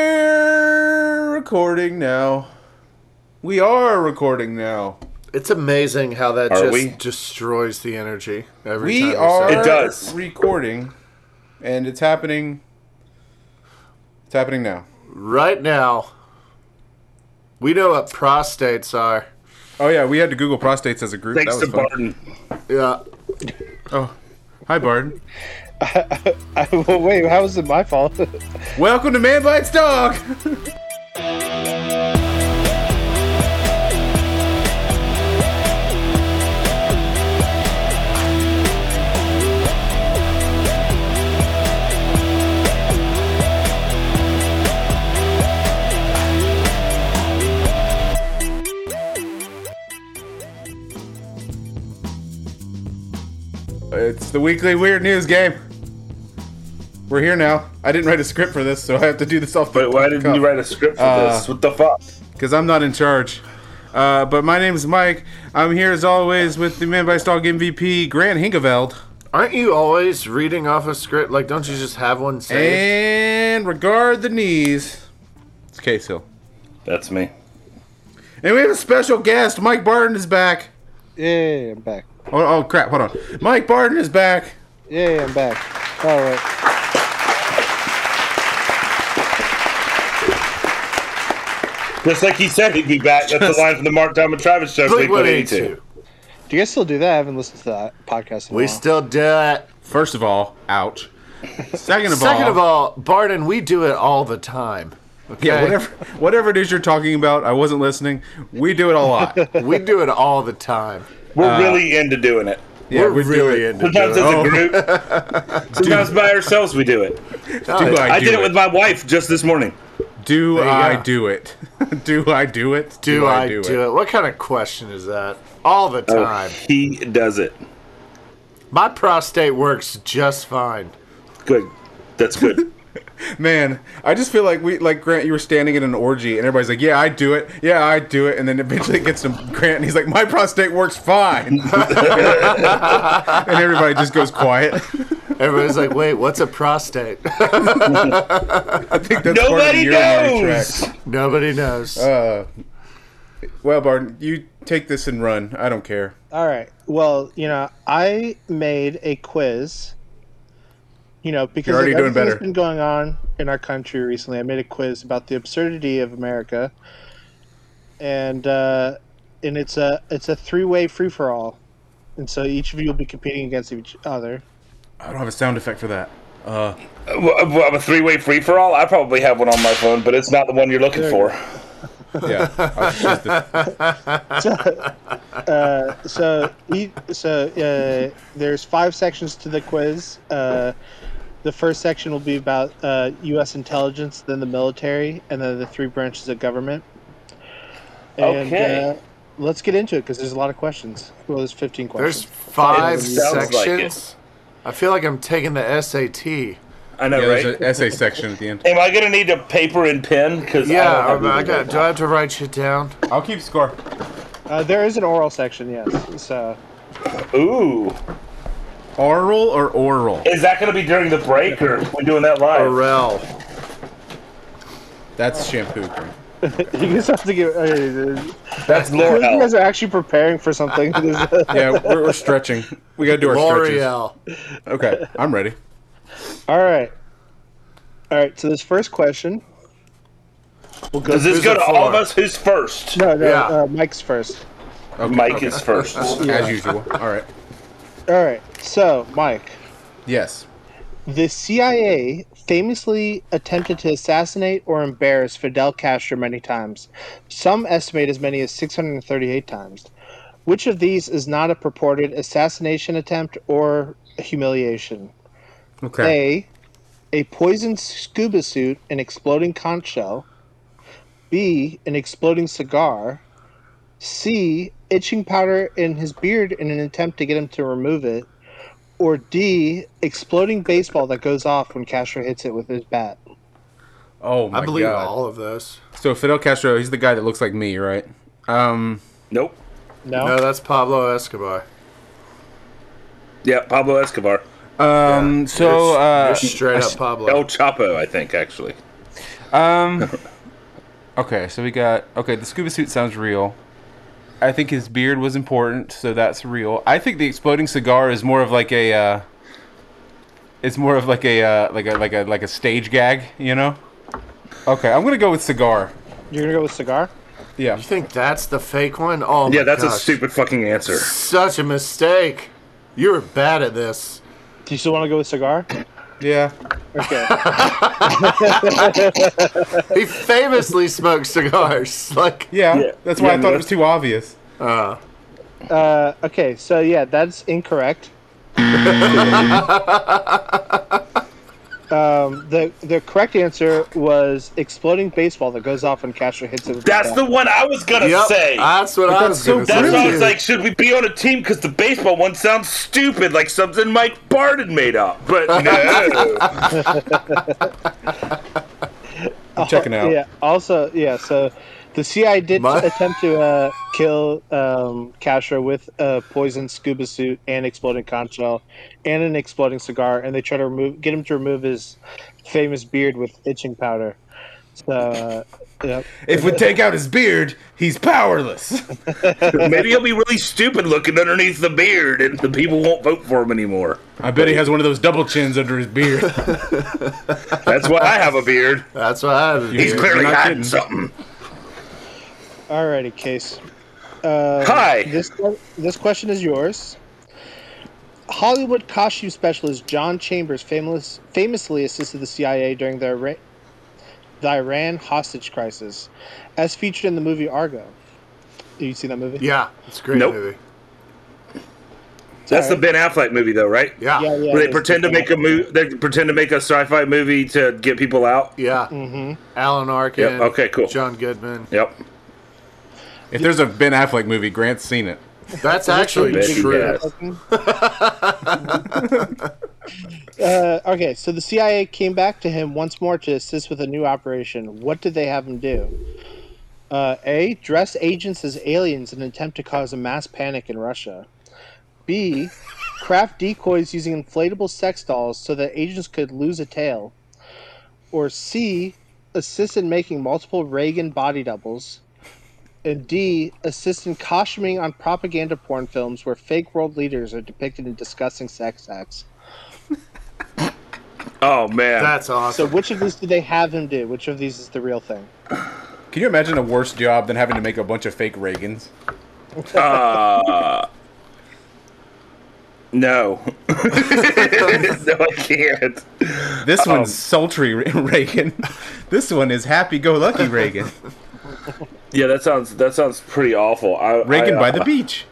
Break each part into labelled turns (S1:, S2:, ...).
S1: We're recording now. We are recording now.
S2: It's amazing how that
S3: Are
S2: just
S3: we?
S2: destroys the energy every time
S1: We
S2: you
S1: are
S2: say
S3: It does.
S1: recording, and it's happening. It's happening now.
S2: Right now, we know what prostates are.
S1: Oh yeah, we had to Google prostates as a group.
S3: Thanks
S1: that
S3: to
S1: was fun.
S3: Barton.
S2: Yeah.
S1: Oh, hi Bard.
S4: Well, wait, how is it my fault?
S1: Welcome to Man Bites Dog. It's the weekly weird news game. We're here now. I didn't write a script for this, so I have to do this off the
S3: But why didn't you write a script for
S1: Uh,
S3: this? What the fuck?
S1: Because I'm not in charge. Uh, but my name is Mike. I'm here as always with the Man by Dog MVP, Grant Hinkeveld,
S2: Aren't you always reading off a script? Like, don't you just have one saved?
S1: and regard the knees. It's Case Hill.
S3: That's me.
S1: And we have a special guest. Mike Barton is back.
S4: Yay, I'm back.
S1: Oh, oh crap! Hold on. Mike Barton is back.
S4: Yay, I'm back. All right.
S3: Just like he said he'd be back. That's the line from the Mark Diamond Travis show.
S2: Blink
S3: Blink
S2: 182.
S4: Do you guys still do that? I haven't listened to that podcast in a
S2: We
S4: while.
S2: still do it.
S1: First of all, ouch. Second of all,
S2: Second of all, Barton, we do it all the time. Okay?
S1: yeah, whatever, whatever it is you're talking about, I wasn't listening. We do it a lot.
S2: we do it all the time.
S3: We're really into doing it.
S1: Yeah,
S2: We're
S1: we Uh, do Oh.
S2: really
S1: it.
S2: into
S3: Sometimes
S2: doing
S3: as
S2: it.
S3: a group. Sometimes by ourselves we do it.
S1: Do I,
S3: I
S1: do
S3: did it with my wife just this morning.
S1: Do
S2: you
S1: I
S2: go.
S1: do it? do I do it?
S2: Do I do, it? Oh. What kind of question is that? All the time.
S3: He does it.
S2: My prostate works just fine.
S3: Good. That's good.
S1: Man, I just feel like we like Grant. You were standing in an orgy, and everybody's like, "Yeah, I do it. Yeah, I do it." And then eventually it gets to Grant, and he's like, "My prostate works fine," and everybody just goes quiet.
S2: Everybody's like, wait, what's a prostate?
S1: I think that's part of the
S3: Nobody
S1: urinary
S3: knows.
S1: tract.
S2: Nobody knows.
S3: Uh,
S1: Well, Barton, you take this and run. I don't care.
S4: All right. Well, you know, I made a quiz. You know, because
S1: You're already
S4: of
S1: doing
S4: everything that's
S1: better.
S4: been going on in our country recently. I made a quiz about the absurdity of America, and uh, and it's a it's a three way free for all, and so each of you will be competing against each other.
S1: I don't have a sound effect for that. Uh,
S3: Well, well, A three way free for all? I probably have one on my phone, but it's not the one you're looking for.
S1: yeah. I'll just use the-
S4: so e- so uh, there's five sections to the quiz. Uh, the first section will be about uh, U.S. intelligence, then the military, and then the three branches of government. And,
S3: Okay.
S4: Uh, let's get into it because there's a lot of questions. Well, there's 15
S2: There's
S4: questions.
S2: five
S3: It sounds like
S2: sections. I feel like I'm taking the SAT.
S3: I know,
S1: yeah,
S3: right?
S1: there's an essay section at the end.
S3: Am I going to need a paper and pen? Because
S2: Yeah, I, I got. Do I have to write shit down?
S1: I'll keep score.
S4: Uh, there is an oral section, yes. So
S3: Ooh.
S1: Oral or oral?
S3: Is that going to be during the break, or we doing that live?
S2: Orel.
S1: That's shampoo. Grant.
S4: you guys have to give. Uh,
S3: That's
S4: you guys
S3: L'Oreal.
S4: are actually preparing for something.
S1: Yeah, we're, we're stretching. We gotta do our stretches.
S2: L'Oreal.
S1: Okay, I'm ready.
S4: All right. All right. So this first question. We'll go
S3: Does this
S2: Who's
S3: go
S2: it
S3: to all of
S2: for?
S3: us? Who's first?
S4: No, no,
S2: Yeah.
S4: uh, Mike's first.
S3: Mike is first.
S1: As usual. All right.
S4: All right, so Mike,
S1: Yes.
S4: the CIA famously attempted to assassinate or embarrass Fidel Castro many times. Some estimate as many as 638 times. Which of these is not a purported assassination attempt or humiliation?
S1: Okay.
S4: A. A poisoned scuba suit and exploding conch shell. B. An exploding cigar. C. Itching powder in his beard in an attempt to get him to remove it. Or D. Exploding baseball that goes off when Castro hits it with his bat.
S1: Oh my
S2: I believe
S1: god.
S2: all of those.
S1: So Fidel Castro, he's the guy that looks like me, right? Um.
S3: Nope.
S4: No?
S2: No, that's Pablo Escobar.
S3: Yeah, Pablo Escobar.
S1: Um.
S2: You're
S1: So
S2: s-
S1: uh,
S2: you're straight up
S3: El
S2: Pablo. Oh
S3: Chapo, I think, actually.
S5: Um. Okay, so we got okay. The scuba suit sounds real. I think his beard was important, so that's real. I think the exploding cigar is more of like a. Uh, it's more of like a uh, like a like a like a stage gag, you know. Okay, I'm gonna go with cigar.
S4: You're gonna go with cigar?
S5: Yeah.
S2: You think that's the fake one? Oh, my
S3: Yeah, that's a
S2: gosh.
S3: stupid fucking answer.
S2: Such a mistake. You were bad at this.
S4: Do you still want to go with cigar?
S5: Yeah.
S4: Okay.
S2: He famously smoked cigars. Like,
S5: Yeah.
S3: Yeah.
S5: That's why
S3: Yeah,
S5: I thought it was too obvious.
S2: uh,
S4: uh, okay, so yeah, that's incorrect. um, the the correct answer was exploding baseball that goes off when Castro hits it. With
S3: That's
S4: bat.
S3: the one I was gonna
S2: yep,
S3: say.
S2: that's what I
S1: that's
S2: was
S1: so
S2: going to
S3: that's
S2: say.
S3: why I
S1: Really?
S3: was like, should we be on a team? Because the baseball one sounds stupid, like something Mike Barton made up. But no.
S1: I'm checking out.
S4: Yeah. Also, yeah. So the CIA did
S2: My-
S4: attempt to uh, kill um, Castro with a poisoned scuba suit and exploding conch shell and an exploding cigar, and they try to remove get him to remove his famous beard with itching powder. So, uh, yep.
S1: If we take out his beard, he's powerless.
S3: Maybe he'll be really stupid looking underneath the beard, and the people won't vote for him anymore.
S1: I bet he has one of those double chins under his beard.
S3: That's why I have a beard.
S2: That's what I was
S3: He's
S1: You're
S3: clearly
S1: not
S3: hiding
S1: kidding.
S3: something.
S4: Alrighty, case. Uh,
S3: Hi.
S4: This this question is yours. Hollywood costume specialist John Chambers famous, famously assisted the CIA during the, Ira- the Iran hostage crisis, as featured in the movie Argo. Did you see that movie?
S2: Yeah, it's a great
S3: Nope.
S2: movie.
S3: That's the
S4: Sorry.
S3: Ben Affleck movie, though, right?
S2: Yeah.
S4: Yeah, yeah.
S3: Where they
S4: it's
S3: pretend to
S4: different.
S3: make a movie. They pretend to make a sci-fi movie to get people out.
S2: Yeah. Alan Arkin.
S3: Yep, okay, cool.
S2: John Goodman.
S3: Yep.
S1: if there's a Ben Affleck movie, Grant's seen it.
S2: That's actually
S3: Betty
S2: true.
S3: Bass.
S4: Uh, okay, so the CIA came back to him once more to assist with a new operation. What did they have him do? Uh, a. Dress agents as aliens in an attempt to cause a mass panic in Russia. B. Craft decoys using inflatable sex dolls so that agents could lose a tail. Or C. Assist in making multiple Reagan body doubles. And D. Assist in costuming on propaganda porn films where fake world leaders are depicted in disgusting sex acts.
S3: Oh man.
S2: That's
S4: So
S2: awesome.
S4: which of these did they have him do? Which of these is the real thing?
S1: Can you imagine a worse job than having to make a bunch of fake Reagans?
S3: Uh, no. no, I can't.
S1: This one's sultry Re- Reagan. This one is happy-go-lucky Reagan.
S3: Yeah, that sounds that sounds pretty awful. I,
S1: Reagan
S3: I, uh,
S1: by the beach.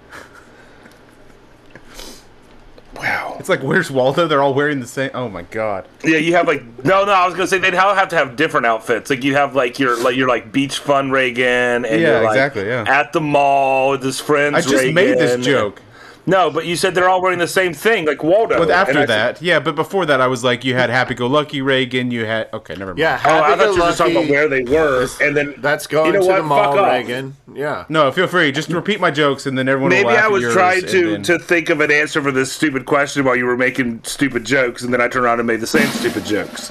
S3: Wow.
S1: It's like where's Waldo? They're all wearing the same. Oh my god.
S3: Yeah, you have like no, no. I was gonna say they'd ha- have to have different outfits. Like you have like your like your like beach fun Reagan, and
S1: Yeah,
S3: you're, like,
S1: exactly, yeah.
S3: at the mall with his friends.
S1: I just made
S3: Reagan.
S1: this joke.
S3: No, but you said they're all wearing the same thing, like Waldo.
S1: But
S3: And I
S1: after
S3: said-
S1: that, yeah. But before that, I was like, you had happy-go-lucky Reagan. You had okay, never mind.
S2: Yeah.
S3: Oh, I thought you were just talking about
S2: Happy-go-lucky.
S3: where they were, and then
S2: That's going
S3: You
S2: to
S3: know what?
S2: the mall,
S3: Fuck off.
S2: Reagan. Yeah.
S1: No, feel free. Just repeat my jokes, and then everyone.
S3: Maybe
S1: will laugh
S3: I
S1: at
S3: was
S1: yours,
S3: trying
S1: and
S3: to
S1: then-
S3: to think of an answer for this stupid question while you were making stupid jokes, and then I turned around and made the same stupid jokes.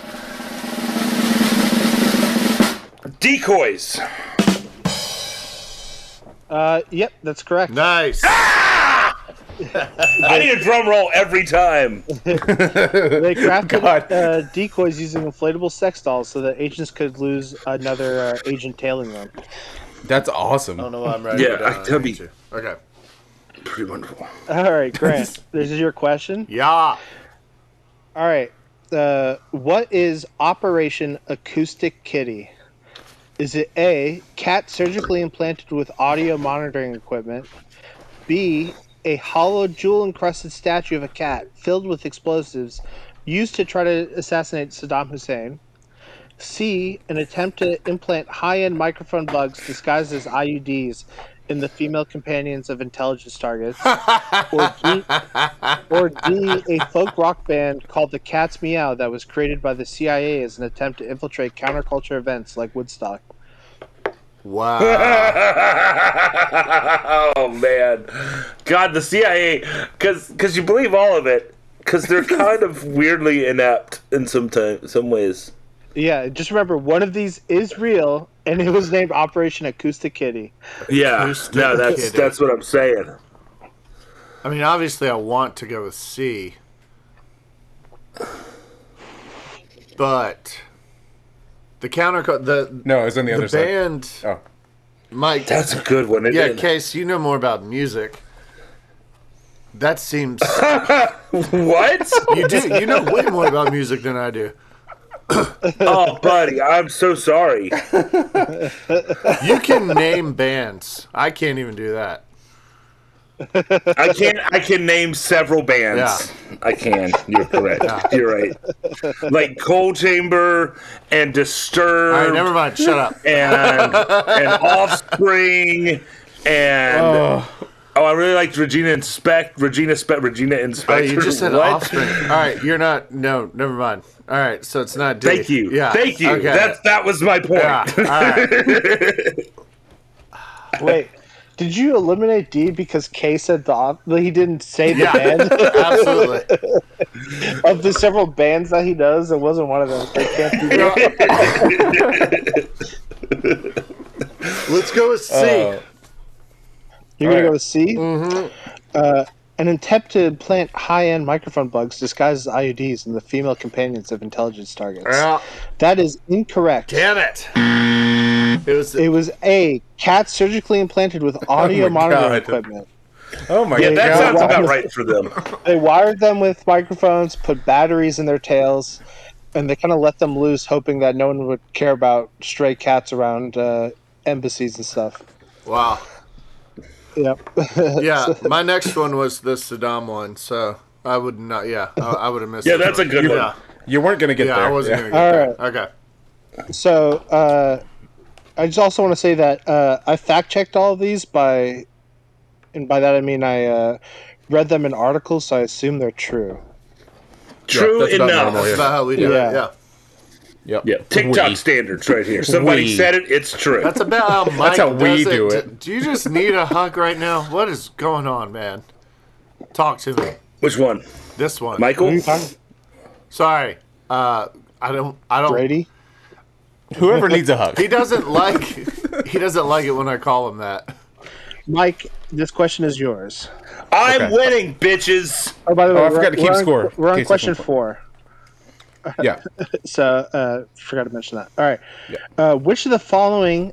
S3: Decoys.
S4: Uh, yep, that's correct.
S2: Nice.
S3: I need a drum roll every time.
S4: They crafted
S1: God.
S4: uh, decoys using inflatable sex dolls so that agents could lose another uh, agent tailing them.
S1: That's awesome.
S2: I don't know um, why I'm right.
S3: Yeah, I- that'd be-
S2: Okay.
S3: Pretty wonderful.
S4: All right, Grant, this is your question.
S2: Yeah.
S4: All right, uh, what is Operation Acoustic Kitty? Is it A, cat surgically implanted with audio monitoring equipment? B, a hollow jewel encrusted statue of a cat filled with explosives used to try to assassinate Saddam Hussein? C, an attempt to implant high end microphone bugs disguised as IUDs in the female companions of intelligence targets? or, D, or D, a folk rock band called the Cat's Meow that was created by the CIA as an attempt to infiltrate counterculture events like Woodstock?
S2: Wow.
S3: oh man, God, the CIA, because because you believe all of it, because they're kind of weirdly inept in some time, some ways.
S4: Yeah, just remember one of these is real, and it was named Operation Acoustic Kitty.
S3: Yeah, no, that's
S2: Acoustic.
S3: that's what I'm saying.
S2: I mean, obviously, I want to go with C, but the counter the
S1: No, it's on the,
S2: the
S1: other side.
S2: band
S1: Oh.
S2: Mike.
S3: That's a good one.
S2: yeah,
S3: Yeah,
S2: Case, you know more about music. That seems
S3: what?
S2: you do. You know way more about music than I do.
S3: oh, buddy, I'm so sorry.
S2: You can name bands. I can't even do that.
S3: I can I can name several bands. I can. You're correct. You're right. Like Cold Chamber and Disturbed
S2: All right, never mind. Shut up.
S3: and and Offspring and oh. I really liked Regina Inspect, Regina Spec, Regina
S2: All
S3: Inspect.
S2: right, Oh, you just said
S3: What?
S2: offspring. All right, you're not. No, never mind. All right, so it's not D.
S3: Thank you.
S2: Yeah.
S3: Thank you.
S2: Okay.
S3: That's that was my point.
S2: yeah. All right.
S4: Wait, did you eliminate D because K said the op- he didn't say the band
S2: Absolutely.
S4: of the several bands that he does? It wasn't one of them. It can't be real.
S2: Let's go with C.
S4: You're gonna go to C. Uh, an attempt to implant high-end microphone bugs disguised as IUDs in the female companions of intelligence targets.
S2: Well,
S4: That is incorrect.
S2: damn it. It was.
S4: It was A. Cats surgically implanted with audio
S1: Oh my
S4: monitoring
S1: God.
S4: equipment.
S1: Oh my
S3: Yeah, that
S1: god.
S3: sounds
S4: wow.
S3: about right for them.
S4: They wired them with microphones, put batteries in their tails, and they kind of let them loose, hoping that no one would care about stray cats around uh, embassies and stuff.
S2: Wow.
S4: Yep.
S2: Yeah. My next one was the Saddam one, so I would not. Yeah, I, I would have missed.
S3: Yeah,
S2: it.
S3: that's a good
S2: Yeah.
S3: one.
S1: You weren't gonna get
S2: Yeah,
S1: there.
S2: I wasn't
S1: Yeah.
S2: gonna get
S4: All
S2: that. Okay.
S4: so uh, I just also want to say that uh, I fact checked all of these by, and by that I mean I uh, read them in articles, so I assume they're true.
S3: True
S1: that's about
S3: enough.
S1: normal,
S2: That's about how we do
S4: Yeah.
S2: it. Yeah.
S1: Yep.
S3: Yeah, TikTok
S1: We.
S3: standards right here. Somebody
S1: We.
S3: said it, it's true.
S2: That's about how Mike
S1: how we
S2: does
S1: do it.
S2: Do you just need a hug right now? What is going on, man? Talk to me.
S3: Which one?
S2: This one.
S3: Michael?
S2: Sorry. Uh, I don't. I
S1: Oh.
S2: don't.
S4: Brady?
S1: Whoever needs a hug.
S2: He doesn't like. he doesn't like it when I call him that.
S4: Mike, this question is yours.
S3: I'm
S1: Okay.
S3: winning, bitches.
S4: Oh, by the way,
S1: I
S4: we're-
S1: forgot to keep
S4: we're on-
S1: score,
S4: We're
S1: in
S4: on
S1: case
S4: question
S1: it's
S4: four,
S1: Yeah.
S4: so uh, forgot to mention that. All right, uh, which of the following?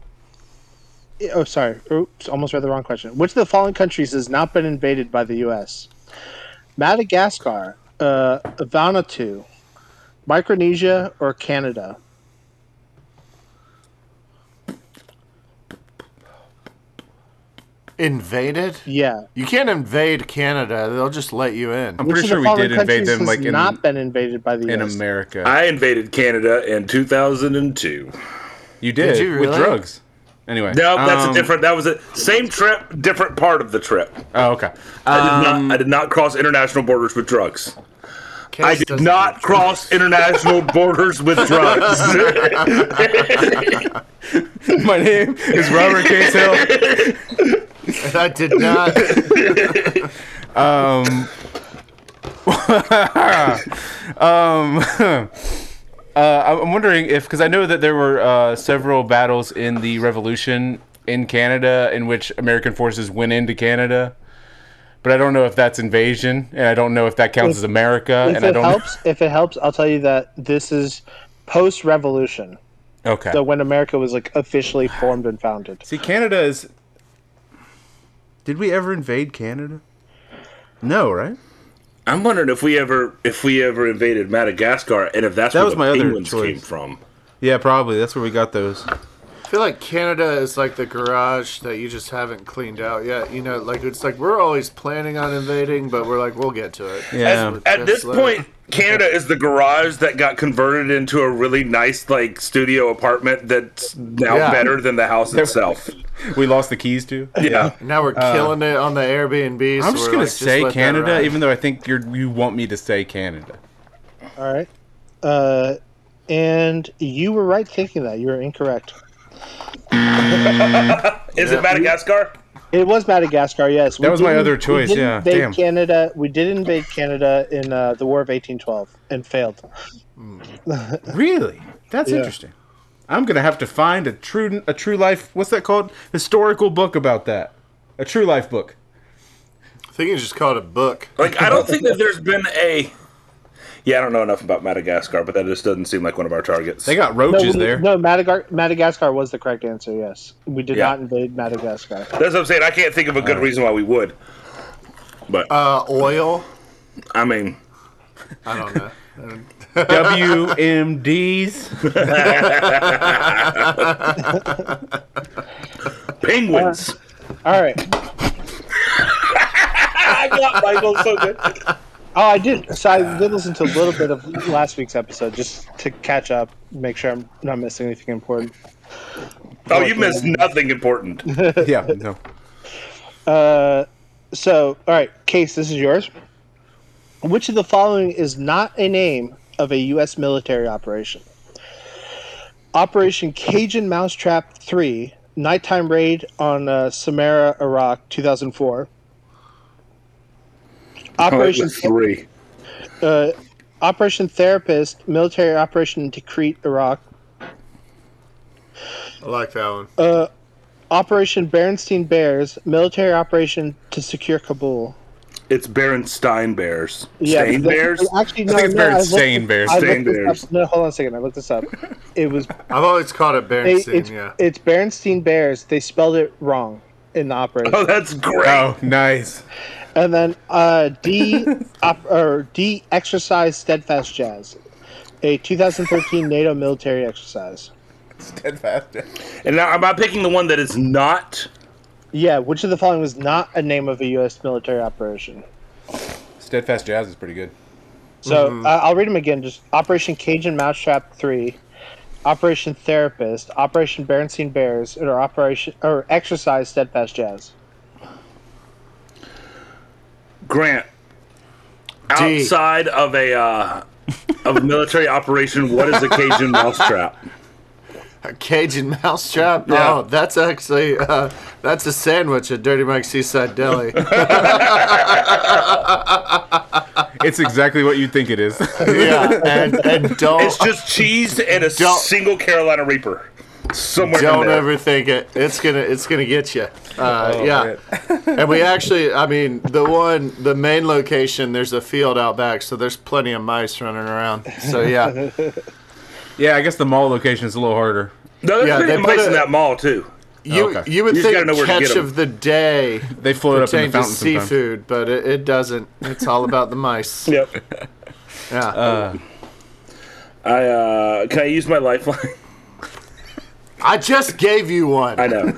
S4: Oh, sorry, oops, almost read the wrong question. Which of the following countries has not been invaded by the U.S.? Madagascar, uh, Vanuatu, Micronesia, or Canada?
S2: Invaded?
S4: Yeah,
S2: You can't invade Canada. They'll just let you in.
S1: I'm
S4: which
S1: pretty
S4: of
S1: sure
S4: the
S1: we
S4: following
S1: did invade
S4: countries
S1: them
S4: has
S1: like in,
S4: not been invaded by the
S1: in
S4: U.S.?
S1: America.
S3: I invaded Canada in 2002.
S1: you did,
S2: Did you
S1: with
S2: really?
S1: drugs. Anyway.
S3: No, that's a
S1: um,
S3: different. That was a same trip, different part of the trip.
S1: Oh, okay.
S3: I did not. I did not cross international borders with drugs.
S2: Case
S3: I did
S2: doesn't-
S3: not cross international borders with drugs.
S1: My name is Robert Case Hill.
S2: I did not.
S5: Um, uh, I- I'm wondering if, because I know that there were uh, several battles in the Revolution in Canada in which American forces went into Canada, but I don't know if that's invasion, and I don't know if that counts as America,
S4: If
S5: and I
S4: it
S5: don't.
S4: helps, if it helps, I'll tell you that this is post-revolution.
S5: Okay.
S4: So when America was like officially formed and founded.
S1: See, Canada is. Did we ever invade Canada? No, right?
S3: I'm wondering if we ever, if we ever invaded Madagascar, and if that's
S1: That
S3: where
S1: was
S3: the
S1: my other
S3: penguins
S1: choice.
S3: came from.
S1: Yeah, probably. That's where we got those.
S2: I feel like Canada is like the garage that you just haven't cleaned out yet. You know, like it's like we're always planning on invading, but we're like we'll get to it.
S1: Yeah.
S2: Just-
S3: At this
S2: just let
S3: point, Canada is the garage that got converted into a really nice like studio apartment that's now
S2: Yeah.
S3: better than the house itself.
S1: We lost the keys to.
S3: Yeah.
S2: it- now we're killing it on the Airbnb.
S1: Uh, I'm just gonna say Canada,
S2: Even
S1: even though I think you're you want me to say Canada.
S4: All right. Uh, and you were right thinking that. You were incorrect.
S3: Is it Madagascar?
S4: It was Madagascar, yes. We
S1: That was my
S4: didn't-
S1: other choice,
S4: We did
S1: yeah,
S4: invade
S1: damn.
S4: Canada. We did invade Canada in uh, the War of 1812 and failed.
S1: Really? That's interesting. I'm gonna have to find a true a true life. What's that called? Historical book about that. A true life book.
S2: I think you just called a book.
S3: Like I don't think that there's been a. Yeah, I don't know enough about Madagascar, but that just doesn't seem like one of our targets.
S1: They got
S4: No,
S1: roaches
S4: we-
S1: there.
S4: no Madagar- Madagascar was the correct answer. Yes, we did
S3: Yeah.
S4: not invade Madagascar.
S3: That's what I'm saying. I can't think of a good reason why we would. But
S2: Uh, oil.
S3: I mean,
S2: I don't know.
S1: WMDs.
S3: penguins.
S4: All right.
S3: I got Michael so good.
S4: Oh, I did. So I did listen to a little bit of last week's episode just to catch up, make sure I'm not missing anything important.
S3: Oh, you missed nothing important.
S1: yeah. No.
S4: Uh, so, all right, Case, this is yours. Which of the following is not a name of a U.S. military operation? Operation Cajun Mousetrap 3, nighttime raid on uh, Samara, Iraq, 2004. Operation,
S3: three.
S4: uh, Operation Therapist, military operation to Crete, Iraq,
S2: I like that one.
S4: Uh, Operation Berenstein Bears, military operation to secure Kabul.
S3: It's Berenstein Bears. Stain
S4: but-
S3: Bears.
S4: Actually, no,
S1: I think it's
S4: no, I
S1: Baron
S4: looked-
S1: Stain Bears.
S4: I looked
S3: Stain
S4: this up-
S3: Bears.
S4: No, hold on a second. I looked this up. It was
S2: I've always called it
S4: they,
S2: Bernstein.
S4: it's,
S2: yeah.
S4: it's Berenstein Bears. They spelled it wrong in the operation.
S3: Oh, that's great.
S1: Oh, nice.
S4: And then uh, D op, or D exercise steadfast jazz, a 2013 NATO military exercise.
S1: Steadfast.
S3: And now, am I picking the one that is not?
S4: Yeah, which of the following was not a name of a U.S. military operation?
S1: Steadfast jazz is pretty good.
S4: So uh, I'll read them again. Just Operation Cajun Mousetrap Three, Operation Therapist, Operation Berenstein Bears, or Operation or Exercise Steadfast Jazz.
S3: Grant.
S2: D.
S3: Outside of a uh, of a military operation, what is a Cajun mousetrap?
S2: A Cajun mousetrap.
S3: Yeah.
S2: Oh, that's actually uh, that's a sandwich at Dirty Mike's Seaside Deli.
S1: It's exactly what you think it is.
S2: yeah, and, and don't
S3: It's just cheese and a
S2: Don't-
S3: single Carolina Reaper. Somewhere in
S2: don't
S3: there.
S2: overthink it. It's gonna it's gonna get you. Uh,
S1: Oh,
S2: yeah, and we actually, I mean, the one the main location. There's a field out back, so there's plenty of mice running around. So yeah,
S1: yeah, I guess the mall location is a little harder.
S3: No, there's
S2: Yeah,
S3: plenty
S2: they
S3: of
S2: put
S3: mice
S2: a-
S3: in that mall too.
S2: you
S1: Okay.
S2: you would
S3: You just
S2: think
S3: gotta know where to get
S2: catch
S3: 'em.
S2: of the day
S1: They float up in the
S2: pertained to
S1: fountain sometimes.
S2: seafood, but it, it doesn't. It's all about the mice.
S3: Yep.
S2: Yeah.
S3: Uh, I uh, can I use my lifeline?
S2: I just gave you one.
S3: I know,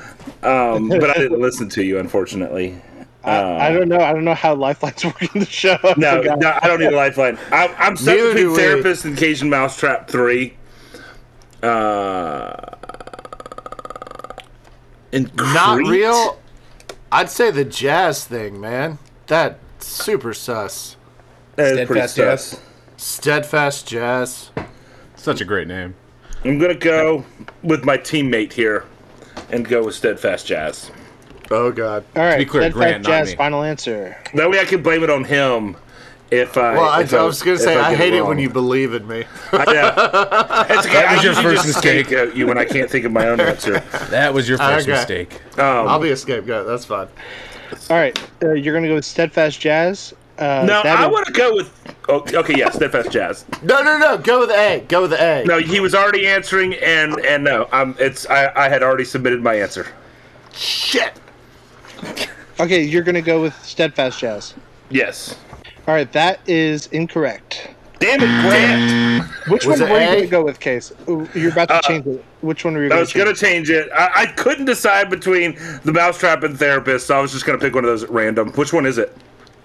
S3: um, but I didn't listen to you, unfortunately.
S4: I don't know. I don't know how lifelines work in the show. I
S3: No,
S4: forgot.
S3: no, I don't need a lifeline. I, I'm stuck
S2: Neither
S3: between
S2: do we.
S3: therapist and Cajun Mousetrap three. Uh, and
S2: Not
S3: Crete?
S2: real. I'd say the jazz thing, man. That super sus.
S3: That is pretty
S1: Steadfast jazz.
S3: sus.
S2: Steadfast jazz.
S1: Such a great name.
S3: I'm gonna go with my teammate here, and go with Steadfast Jazz.
S2: Oh God.
S4: All right,
S1: be clear,
S4: Steadfast
S1: Grant, not
S4: Jazz.
S1: me.
S4: Final answer.
S3: That way, I can blame it on him. If I,
S2: Well, I,
S3: if
S2: I was gonna
S3: if
S2: say I,
S3: get
S2: hate it when
S3: wrong.
S2: you believe in me.
S3: yeah, it's okay. I
S1: was your
S3: usually
S1: first
S3: just
S1: mistake.
S3: scapegoat you when I can't think of my own answer. Um,
S1: That was your first
S2: Okay.
S1: mistake.
S2: I'll be a scapegoat. That's fine.
S4: All right, uh, you're gonna go with Steadfast Jazz. Uh,
S3: No,
S4: that
S3: I
S4: is-
S3: want to go with. Oh, okay, yeah, Steadfast Jazz.
S2: No, no, no. Go with A. Go with A.
S3: No, he was already answering, and and no, I'm. It's I. I had already submitted my answer.
S2: Shit.
S4: Okay, you're gonna go with Steadfast Jazz.
S3: Yes.
S4: All right, that is incorrect.
S3: Damn it, Grant!
S4: Which
S2: Was
S4: one
S2: it
S4: were you
S2: A?
S4: gonna go with, Case? Ooh, You're about to change it. Which one were you?
S3: Uh, I
S4: gonna
S3: was gonna
S4: change?
S3: change it. I, I couldn't decide between the mousetrap and therapist, so I was just gonna pick one of those at random. Which one is it?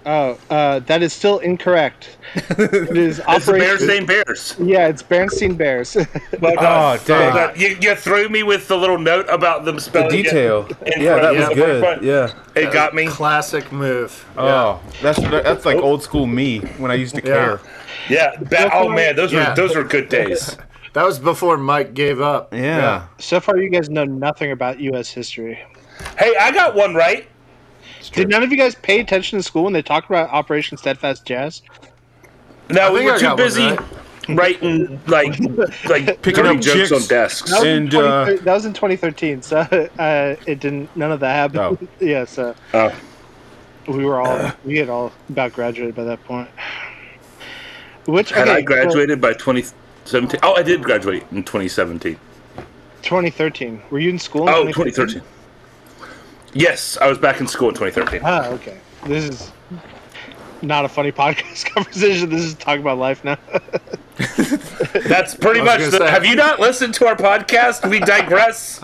S4: Oh, uh, that is still incorrect. it is
S3: It's the Bears
S4: Operation.
S3: named Bears.
S4: yeah, it's Bernstein Bears.
S3: Well done.
S1: Oh, dang.
S3: Well done. You, you threw me with the little note about them
S1: Oh,
S3: spelling it. in
S1: Yeah,
S3: front-
S1: that
S3: yeah,
S1: was
S3: in front.
S1: good. Yeah.
S3: It got me.
S2: Classic move.
S1: Oh, that's that's like old school me when I used to care.
S3: Yeah. Ba- oh man, those
S2: Yeah.
S3: were those were good days.
S2: That was before Mike gave up.
S1: Yeah.
S4: so far, you guys know nothing about U.S. history.
S3: hey, I got one right.
S4: Did none of you guys pay attention in school when they talked about Operation Steadfast Jazz?
S3: No, we
S2: think
S3: were
S2: I
S3: too
S2: got one
S3: busy.
S2: right.
S3: writing like like
S1: Picking
S3: picking
S1: up
S3: jokes
S1: chicks.
S3: on desks.
S4: That was, in
S1: And, uh,
S4: 20 that was in 2013, so uh, it didn't. None of that happened. yeah, so
S3: Oh.
S4: we were all we had all about graduated by that point. Which
S3: Had
S4: okay,
S3: I graduated by 2017? Oh, I did graduate in 2017.
S4: so 2013. Were you in school? In
S3: Oh, 2013. Yes, I was back in school in 2013.
S4: Ah, okay. This is not a funny podcast conversation. This is talking about life now.
S3: That's pretty
S2: I was
S3: much.
S2: gonna
S3: The,
S2: say-
S3: have you not listened to our podcast? We digress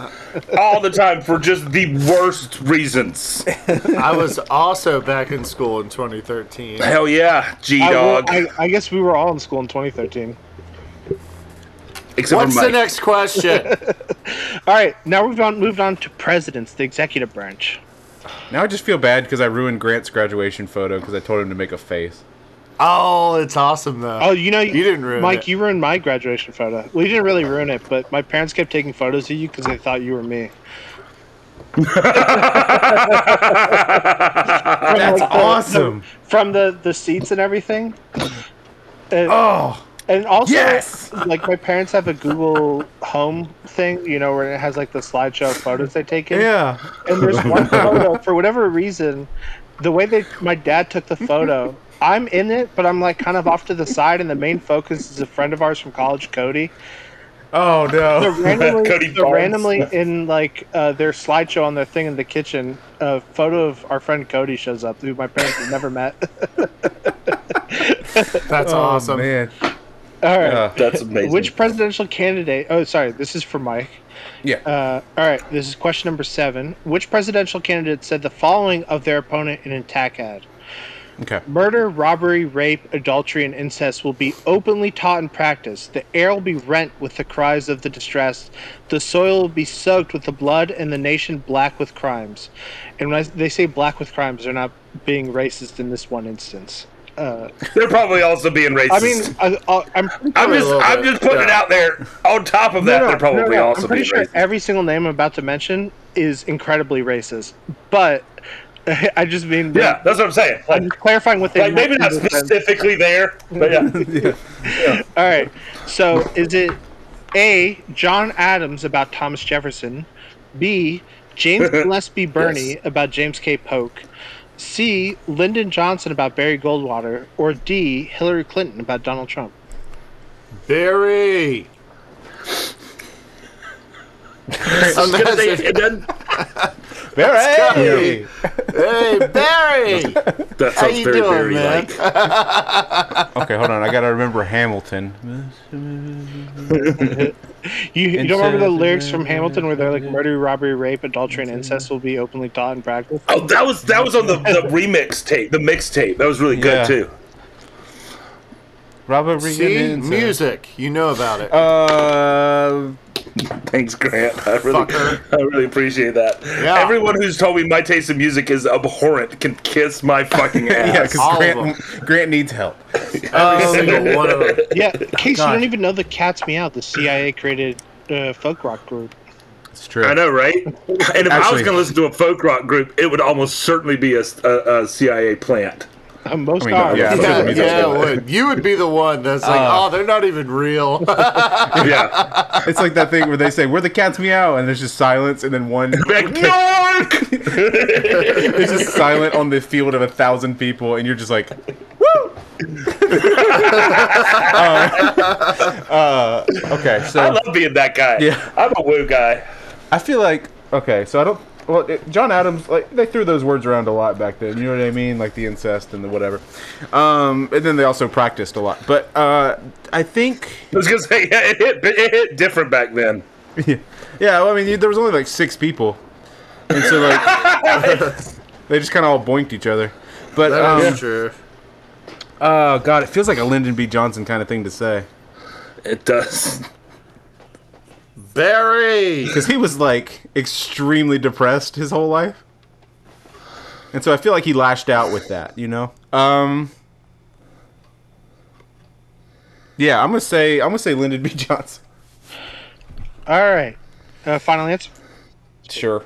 S3: all the time for just the worst reasons.
S2: I was also back in school in 2013.
S3: Hell yeah, G
S4: I, will-
S3: dog.
S4: I, I guess we were all in school in 2013.
S3: Except
S2: What's
S3: for
S2: the
S3: Mike.
S2: next question?
S4: All right, now we've on, moved on to presidents, the executive branch.
S1: Now I just feel bad because I ruined Grant's graduation photo because I told him to make a face.
S2: Oh, it's awesome though.
S4: Oh, you know,
S2: You didn't ruin
S4: Mike.
S2: it.
S4: You ruined my graduation photo. Well, you didn't really ruin it, but my parents kept taking photos of you because they thought you were me.
S1: That's
S4: like the-
S1: awesome.
S4: From the the seats and everything. And,
S1: Oh,
S4: and also,
S1: yes!
S4: like my parents have a Google Home thing, you know, where it has like the slideshow of photos they take in.
S1: yeah.
S4: and there's one photo for whatever reason the way that my dad took the photo i'm in it but i'm like kind of off to the side and the main focus is a friend of ours from college cody
S1: Oh,
S4: they're
S1: no.
S4: randomly,
S3: Cody
S4: they're
S3: Barnes.
S4: randomly in like uh, their slideshow on their thing in the kitchen a photo of our friend cody shows up who my parents have never met
S2: That's
S1: Oh,
S2: awesome.
S1: man.
S4: all right
S1: Yeah.
S3: That's amazing.
S4: Which presidential candidate? Oh, sorry, this is for Mike.
S1: Yeah.
S4: Uh, all right, this is question number seven. Which presidential candidate said the following of their opponent in an attack ad?
S1: Okay.
S4: Murder, robbery, rape, adultery, and incest will be openly taught and practiced. The air will be rent with the cries of the distressed. The soil will be soaked with the blood, and the nation black with crimes. And when I, they say black with crimes, they're not being racist in this one instance. Uh,
S3: They're probably also being racist.
S4: I mean, I, I, I'm pretty
S3: I'm
S2: a
S3: just,
S2: little
S3: I'm
S2: bit,
S3: just putting it
S2: yeah.
S3: out there. On top of that,
S4: No, no,
S3: they're probably
S4: no, no.
S3: also
S4: I'm pretty
S3: being
S4: sure
S3: racist.
S4: every single name I'm about to mention is incredibly racist, but I just mean
S3: yeah, that's what I'm saying. Like,
S4: I'm just clarifying what they
S3: like, maybe
S4: meant
S3: not
S4: in the sense-
S3: specifically there, but yeah.
S4: All right, so is it A. John Adams about Thomas Jefferson, B. James Gillespie Burney about James K. Polk, C. Lyndon Johnson about Barry Goldwater, or D. Hillary Clinton about Donald Trump?
S2: Barry.
S3: I'm gonna say it doesn't-
S2: Barry. Hey, Barry.
S3: That sounds
S2: you
S3: very,
S2: doing,
S3: very
S2: man?
S3: like.
S5: Okay, hold on. I gotta remember Hamilton.
S4: You, you don't remember the
S5: Incest.
S4: lyrics from Hamilton where they're like murder, robbery, rape, adultery, and incest will be openly taught and practiced?
S3: Oh, that was that was on the, the remix tape, the mixtape. That was really good
S5: Yeah.
S3: too.
S5: Robert
S2: See,
S5: Regan.
S2: music. You know about
S1: Oh.
S2: it.
S5: Uh,
S3: Thanks, Grant. I really,
S2: Fucker.
S3: I really appreciate that.
S2: Yeah.
S3: Everyone who's told me my taste of music is abhorrent can kiss my fucking ass.
S1: Yeah, because
S2: All of
S1: Grant, Grant needs help.
S2: Every single one of them.
S4: Yeah,
S1: Oh,
S4: Casey,
S2: God.
S4: you don't even know the Cat's Meow, the CIA created uh, folk rock group.
S1: It's true.
S3: I know, right? And if I was
S1: Actually-
S3: going to listen to a folk rock group, it would almost certainly be a, a, a CIA plant.
S4: Uh, most
S1: I mean,
S4: are.
S1: yeah,
S2: Yeah,
S1: Music's
S2: yeah,
S1: good.
S2: would. You would be the one that's like,
S1: Uh.
S2: oh, they're not even real.
S3: Yeah,
S1: It's like that thing where they say, Where the cats meow? And there's just silence, and then one.
S3: Back- Nork!
S1: It's just silent on the field of a thousand people, and you're just like, Woo! uh, uh, okay, so.
S3: I love being that guy.
S1: Yeah.
S3: I'm a woo guy.
S1: I feel like okay, so I don't. Well, it, John Adams, like they threw those words around a lot back then. You know what I mean, like the incest and the whatever. Um, and then they also practiced a lot. But uh, I think,
S3: I was going to say, yeah, it hit, it hit different back then.
S1: yeah, well, I mean, you- there was only like six people, and so like they just kind of all boinked each other. But
S2: That is
S1: um,
S2: true.
S1: oh god, it feels like a Lyndon B. Johnson kind of thing to say
S3: It does.
S2: Barry.
S1: because he was like extremely depressed his whole life, and so I feel like he lashed out with that. You know. Um. Yeah, I'm gonna say I'm gonna say Lyndon B. Johnson.
S4: All right. Uh, final answer?
S1: Sure.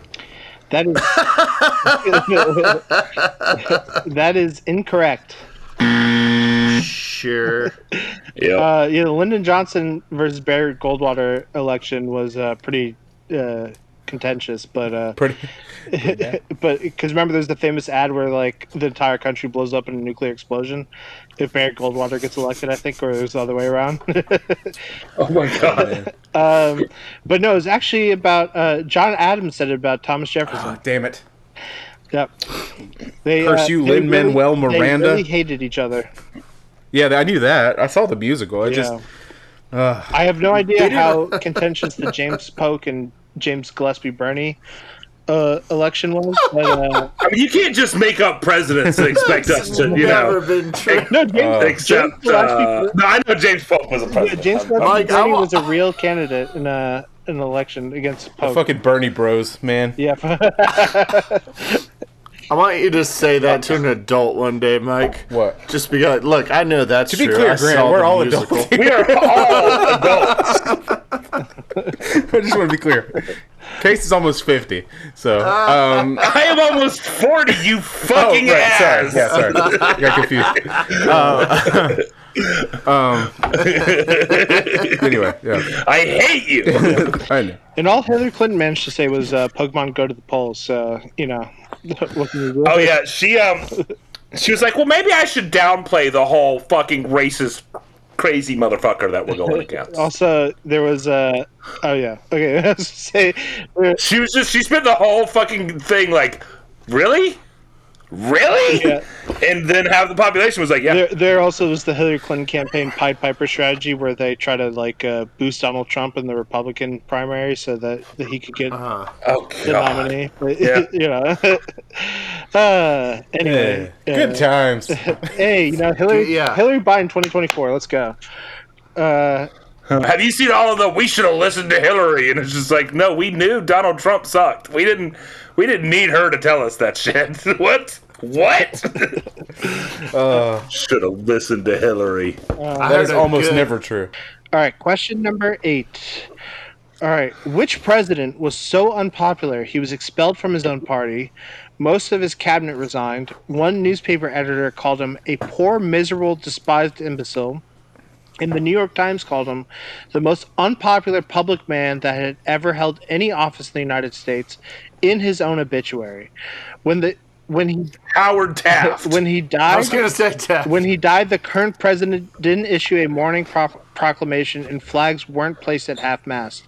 S4: That is. that is incorrect.
S2: sure.
S3: Yeah.
S4: Uh, yeah, the Lyndon Johnson versus Barry Goldwater election was uh, pretty uh, contentious, but uh,
S1: Pretty.
S4: but because remember, there's the famous ad where like the entire country blows up in a nuclear explosion if Barry Goldwater gets elected, I think, or it was the other way around.
S3: oh my god.
S4: um, but no, it was actually about uh, John Adams said it about Thomas Jefferson.
S1: Ah, damn it.
S4: Yep. They, uh,
S1: Curse you,
S4: they
S1: Lin-Manuel
S4: really-
S1: Miranda.
S4: They really hated each other.
S1: Yeah, I knew that. I saw the musical. I
S4: Yeah.
S1: just
S4: I have no idea how contentious the James Polk and James Gillespie Bernie uh, election was. But, uh,
S3: I mean, you can't just make up presidents and expect us to, you
S2: Never
S3: know.
S2: been true.
S4: no, James, James
S3: Except, uh,
S4: Gillespie-
S3: no, I know James Polk was a
S4: yeah,
S3: president.
S4: James
S3: I'm-
S4: Gillespie
S2: Mike, I
S4: Bernie
S2: wa-
S4: was a real candidate in a, an election against Polk.
S1: fucking Bernie Bros, man.
S4: Yeah.
S2: I want you to say that to an adult one day, Mike.
S1: What?
S2: Just be like, look, I know that's
S1: To be
S2: true. I
S1: clear,
S2: saw
S1: Grant, we're
S2: the
S1: all
S2: musical.
S1: adults.
S3: we are all adults.
S1: I just want to be clear. Case is almost fifty, so um,
S3: I am almost 40, you fucking
S1: oh, right, Sorry,
S3: ass.
S1: yeah, sorry, I got confused. Uh, um, anyway, yeah,
S3: I hate you.
S1: I know.
S4: and all Hillary Clinton managed to say was uh, Pokemon go to the polls. So, you know, what can you do?
S3: Oh yeah, she um, she was like, well, maybe I should downplay the whole fucking racist, crazy motherfucker that we're going against.
S4: Also, there was Uh, oh, yeah. Okay. I was gonna say, there-
S3: She was just she spent the whole fucking thing like, really, really,
S4: Yeah.
S3: and then half the population was like, yeah,
S4: There, there also was the Hillary Clinton campaign Pied Piper strategy, where they try to like uh, boost Donald Trump in the Republican primary so that, that he could get
S2: Uh-huh.
S3: oh
S4: the
S3: god,
S4: nominee. But,
S3: Yeah.
S4: you know. uh,
S1: Yeah.
S4: anyway, uh,
S1: Good times.
S4: Hey, you know Hillary.
S2: Yeah.
S4: Hillary Biden, twenty twenty four. Let's go. Uh,
S3: Have you seen all of the? We should have listened to Hillary, and it's just like, no, we knew Donald Trump sucked. We didn't, we didn't need her to tell us that shit. what? What?
S1: Uh,
S3: should have listened to Hillary.
S2: I
S1: that
S2: heard
S1: is
S2: a
S1: almost
S2: good-
S1: never true.
S4: all right. Question number eight. All right. Which president was so unpopular he was expelled from his own party? Most of his cabinet resigned. One newspaper editor called him a poor, miserable, despised imbecile. And the New York Times called him the most unpopular public man that had ever held any office in the United States in his own obituary. When the when he
S3: Howard Taft.
S4: when he
S2: I
S4: died
S2: was gonna say that.
S4: When he died, the current president didn't issue a mourning pro- proclamation, and flags weren't placed at half mast.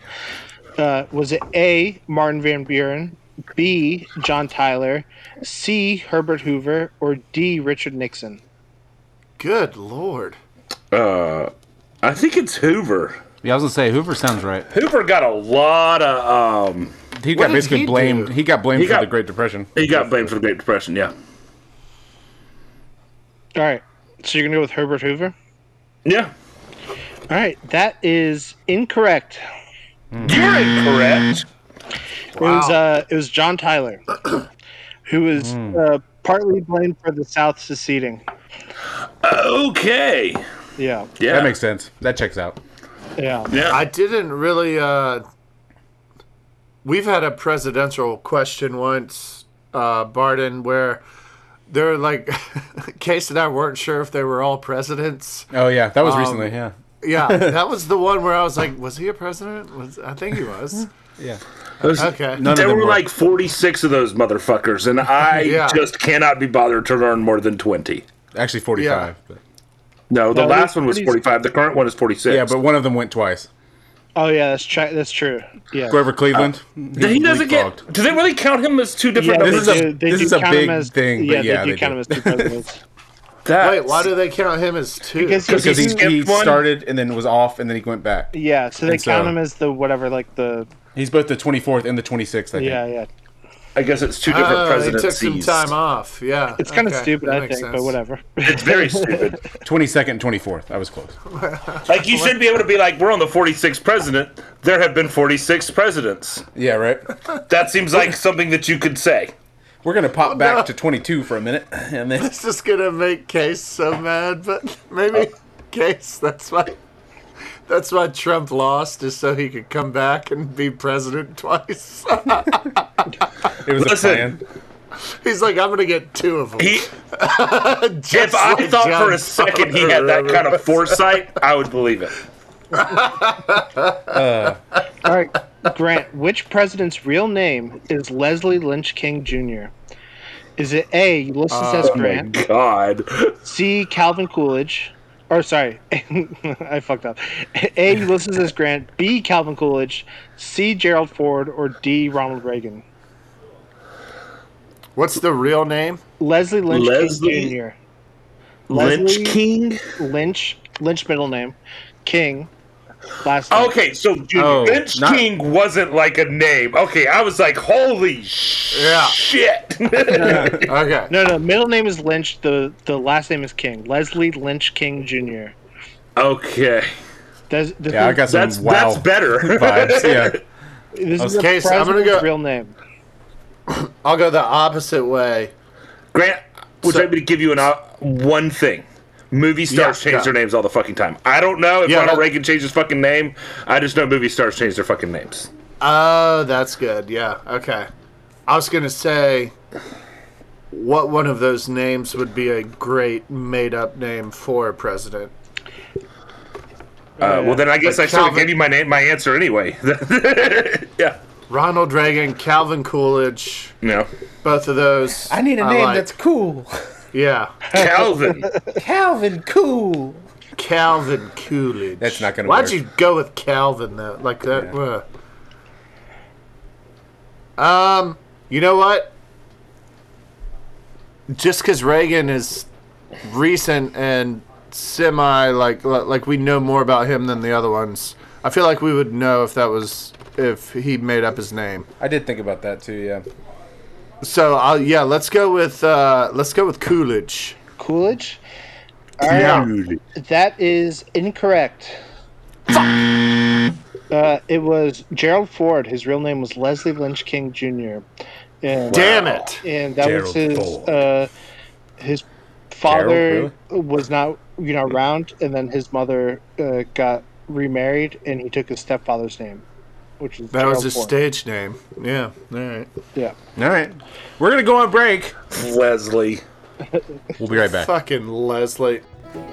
S4: Uh, was it A. Martin Van Buren, B. John Tyler, C. Herbert Hoover, or D. Richard Nixon?
S2: Good lord.
S3: Uh, I think it's Hoover.
S5: Yeah, I was gonna say Hoover sounds right.
S3: Hoover got a lot of. Um,
S1: He
S2: What
S1: got
S2: did
S1: basically
S2: he
S1: blamed.
S2: do?
S1: He got blamed
S3: He
S1: for
S3: got-
S1: the Great Depression.
S3: he got blamed for the Great Depression. Yeah.
S4: All right, so you're gonna go with Herbert Hoover.
S3: Yeah.
S4: All right, that is incorrect.
S3: Mm. You're incorrect.
S4: It was uh, it was John Tyler, who was uh, partly blamed for the South seceding.
S3: Okay.
S4: Yeah,
S3: Yeah.
S1: That makes sense. That checks out.
S4: yeah.
S3: Yeah.
S2: I didn't really. Uh, we've had a presidential question once, uh, Barden, where they're like, Case and I weren't sure if they were all presidents.
S1: Oh yeah, that was recently. Yeah,
S2: Yeah, that was the one where I was like, was he a president? Was I think he was.
S1: yeah.
S3: There's-
S2: Okay.
S1: None
S3: there
S1: of them
S3: were
S1: were.
S3: like 46 of those motherfuckers, and I
S2: Yeah.
S3: just cannot be bothered to learn more than 20.
S1: Actually, forty-five. But.
S3: No, the
S4: No,
S3: last
S4: there's
S3: one was
S4: 40s.
S3: 45. The current one is 46.
S1: Yeah, but one of them went twice.
S4: Oh yeah, that's tr- that's true. Yeah.
S1: Whoever Cleveland,
S3: Uh, he doesn't
S1: leapfrogged.
S3: get. Do they really count him as two different
S4: Yeah,
S1: This
S3: numbers?
S4: they
S1: is a-
S4: do, they
S1: this
S4: do
S1: is a
S4: count him
S1: big
S4: as,
S1: thing,
S4: Yeah,
S1: but yeah,
S4: they do
S1: they
S4: count
S1: do.
S4: him as two presidents.
S3: That-
S2: Wait, why do they count him as two?
S4: Because
S1: because
S4: he's-
S1: he,
S3: skipped
S1: he
S3: one?
S1: started and then was off and then he went back.
S4: yeah, so they
S1: And so-
S4: count him as the whatever, like the
S1: He's both the 24th and the 26th. I think.
S4: yeah, yeah.
S3: I guess it's
S1: Uh,
S3: two different
S2: Oh, they
S3: presidents.
S2: took some time off. Yeah,
S4: It's kind of
S2: okay,
S4: stupid,
S2: that
S4: I
S2: makes
S4: think,
S2: sense.
S4: but whatever.
S3: It's very stupid.
S1: 22nd and 24th. I was close.
S3: Like you should be able to be like, we're on the 46th president. There have been 46 presidents.
S1: Yeah, right.
S3: That seems like something that you could say.
S1: We're gonna pop back
S2: no.
S1: to 22 for a minute, and then
S2: It's just gonna make Case so mad, but maybe Case. That's why. That's why Trump lost, is so he could come back and be president twice.
S1: it was a
S3: Listen.
S1: plan.
S2: He's like, I'm gonna get two of them.
S3: He, if I
S2: like
S3: thought
S2: John
S3: for a second he had that kind of foresight, I would believe it.
S4: All right, Grant, which president's real name is Leslie Lynch King Jr.? Is it A, Ulysses
S1: Oh
S4: S. Grant,
S3: God,
S4: C, Calvin Coolidge, or sorry, I fucked up. A, Ulysses S. Grant, B, Calvin Coolidge, C, Gerald Ford, or D, Ronald Reagan?
S2: What's the real name?
S4: Leslie Lynch
S3: Leslie-
S4: King Jr. Leslie-
S3: Lynch King.
S4: Lynch, Lynch middle name, King, last name.
S3: Okay, so dude,
S1: Oh,
S3: Lynch
S1: not-
S3: King wasn't like a name. Okay, I was like, holy
S2: Yeah.
S3: shit.
S2: Okay.
S4: No, no, middle name is Lynch. The the last name is King. Leslie Lynch King Jr.
S3: okay,
S4: That's, this
S6: Yeah, I
S4: is-
S6: got some
S3: that's
S6: wow
S3: that's better.
S6: vibes. Yeah.
S4: This is
S2: Okay,
S4: the
S2: so I'm gonna
S4: president's
S2: go-
S4: real name.
S2: I'll go the opposite way.
S3: Grant, would
S2: So-
S3: you like me to give you an op- one thing? Movie stars
S2: Yeah,
S3: change
S2: yeah.
S3: their names all the fucking time. I don't know if
S2: Yeah,
S3: Ronald
S2: that-
S3: Reagan changed his fucking name. I just know movie stars change their fucking names.
S2: Oh, that's good. Yeah. Okay. I was gonna say, what one of those names would be a great made-up name for a president?
S3: Uh, well, then I guess
S2: Like
S3: I should have
S2: Calvin-
S3: gave you my name, my answer anyway. yeah,
S2: Ronald Reagan, Calvin Coolidge,
S3: no,
S2: both of those.
S7: I need a name that's cool.
S2: yeah,
S3: Calvin.
S7: Calvin Cool.
S2: Calvin Coolidge.
S6: That's not gonna
S2: Why'd
S6: work.
S2: you go with Calvin though? Like that? uh. Um, you know what? Just because Reagan is recent and semi like li- like we know more about him than the other ones, I feel like we would know if that was if he made up his name.
S1: I did think about that too. Yeah.
S2: So I'll, yeah, let's go with uh, let's go with Coolidge.
S4: Coolidge. All right, that is incorrect. Uh, it was Gerald Ford. His real name was Leslie Lynch King Jr. And,
S2: Damn it!
S4: and that was
S6: Gerald
S4: his
S6: Ford.
S4: uh, his father
S6: Gerald,
S4: was not you know around, and then his mother uh, got remarried, and he took his stepfather's name, which is
S2: That was
S4: Gerald
S2: his
S4: Ford.
S2: stage name. Yeah. All right.
S4: Yeah.
S6: All right. We're going to go on break.
S3: Leslie.
S6: We'll be right back.
S2: Fucking Leslie.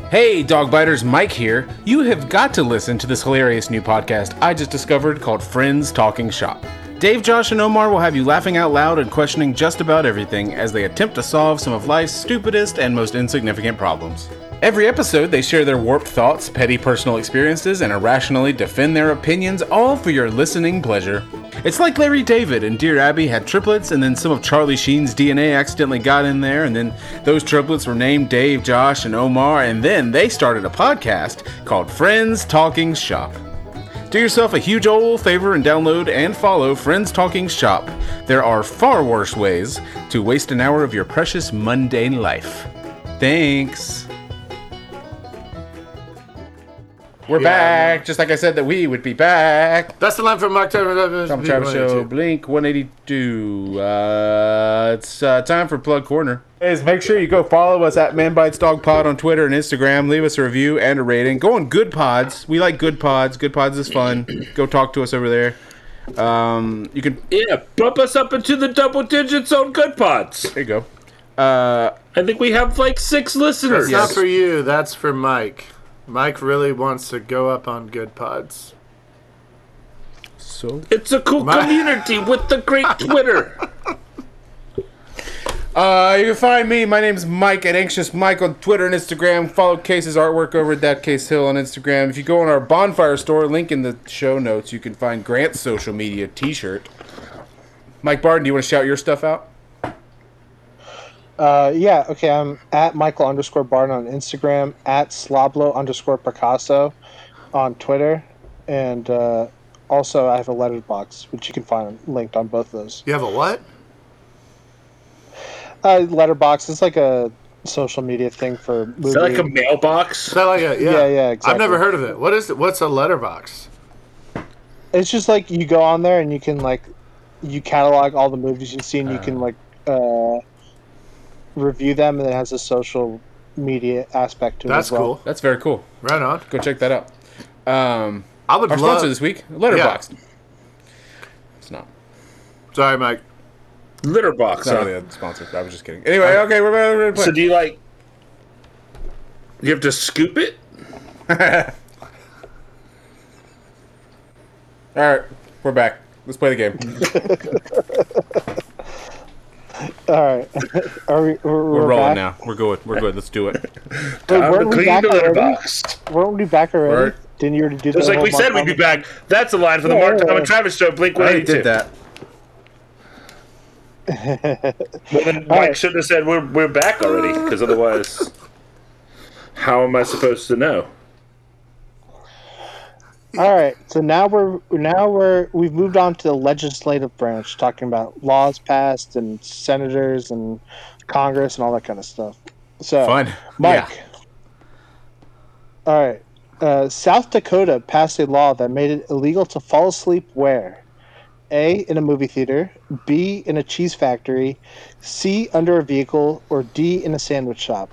S1: Hey, dog biters, Mike here. You have got to listen to this hilarious new podcast I just discovered called Friends Talking Shop. Dave, Josh, and Omar will have you laughing out loud and questioning just about everything as they attempt to solve some of life's stupidest and most insignificant problems. Every episode, they share their warped thoughts, petty personal experiences, and irrationally defend their opinions, all for your listening pleasure. It's like Larry David and Dear Abby had triplets, and then some of Charlie Sheen's DNA accidentally got in there, and then those triplets were named Dave, Josh, and Omar, and then they started a podcast called Friends Talking Shop. Do yourself a huge ol' favor and download and follow Friends Talking Shop. There are far worse ways to waste an hour of your precious mundane life. Thanks. We're
S2: Yeah,
S1: back, just like I said that we would be back.
S2: That's the line from October.
S1: Tom Travis Show, Blink 182. Uh, it's uh, time for Plug Corner. Is make sure you go follow us at Man Bites Dog Pod on Twitter and Instagram. Leave us a review and a rating. Go on Good Pods. We like Good Pods. Good Pods is fun. go talk to us over there. Um, you can. There
S3: Yeah, bump us up into the double digits on Good Pods.
S1: you go.
S3: I think we have like six listeners.
S2: That's not for you. That's for Mike. Mike really wants to go up on good pods.
S1: So
S3: It's a cool
S2: My-
S3: community with the great Twitter.
S1: Uh, you can find me. My name's Mike at Anxious Mike on Twitter and Instagram. Follow Case's artwork over at That Case Hill on Instagram. If you go on our Bonfire store, link in the show notes, you can find Grant's social media T-shirt. Mike Barden, do you want to shout your stuff out?
S4: Uh, yeah, okay, I'm at Michael underscore Barton on Instagram, at Sloblo underscore Picasso on Twitter, and uh, also I have a letterbox, which you can find linked on both of those.
S2: You have a what?
S4: Uh, letterbox is like a social media thing for movies.
S3: Is that like a mailbox?
S2: Is that like a yeah?
S4: Yeah, yeah,
S2: I've
S4: exactly.
S2: never heard of it. What is it? What's a letterbox?
S4: it's just like you go on there and you can like you catalog all the movies you've seen you can like uh, review them and it has a social media aspect to it
S2: That's
S4: as well.
S2: cool.
S1: That's very cool.
S2: Right on.
S1: Go check that out. Um,
S2: I would
S1: our
S2: love.
S1: sponsor this week, Letterboxd. It's not.
S2: Sorry, Mike.
S3: Litter box.
S1: It's not
S3: huh?
S1: really a sponsor. I was just kidding. Anyway, okay, we're ready to play.
S3: So do you like? You have to scoop it.
S1: All right, we're back. Let's play the game.
S4: All right. Are we, we're,
S5: We're, rolling now.
S4: back?
S5: We're good. We're good. Let's do it.
S4: Wait,
S3: I'm Uh,
S4: weren't, we
S3: clean
S4: back
S3: the litter
S4: already?
S3: box.
S4: weren't we back already?
S1: We're-
S4: Didn't you already do that?
S3: Just like
S4: whole
S3: we said, we'd be
S4: Mark
S3: back. That's a line from the
S4: Yeah,
S3: Mark
S4: yeah,
S3: Tom
S4: yeah.
S3: and Travis show. Blink
S1: I
S3: one
S1: already
S3: eighty
S1: did
S3: two.
S1: that.
S3: Well, then Mike
S4: All right.
S3: shouldn't have said we're we're back already, because otherwise, how am I supposed to know?
S4: Tom? All right. So now we're now we're we've moved on to the legislative branch, talking about laws passed and senators and Congress and all that kind of stuff. So
S1: Fun.
S4: Mike. All right. Uh, South Dakota passed a law that made it illegal to fall asleep where? A. In a movie theater. B. In a cheese factory. C. Under a vehicle. Or D. In a sandwich shop.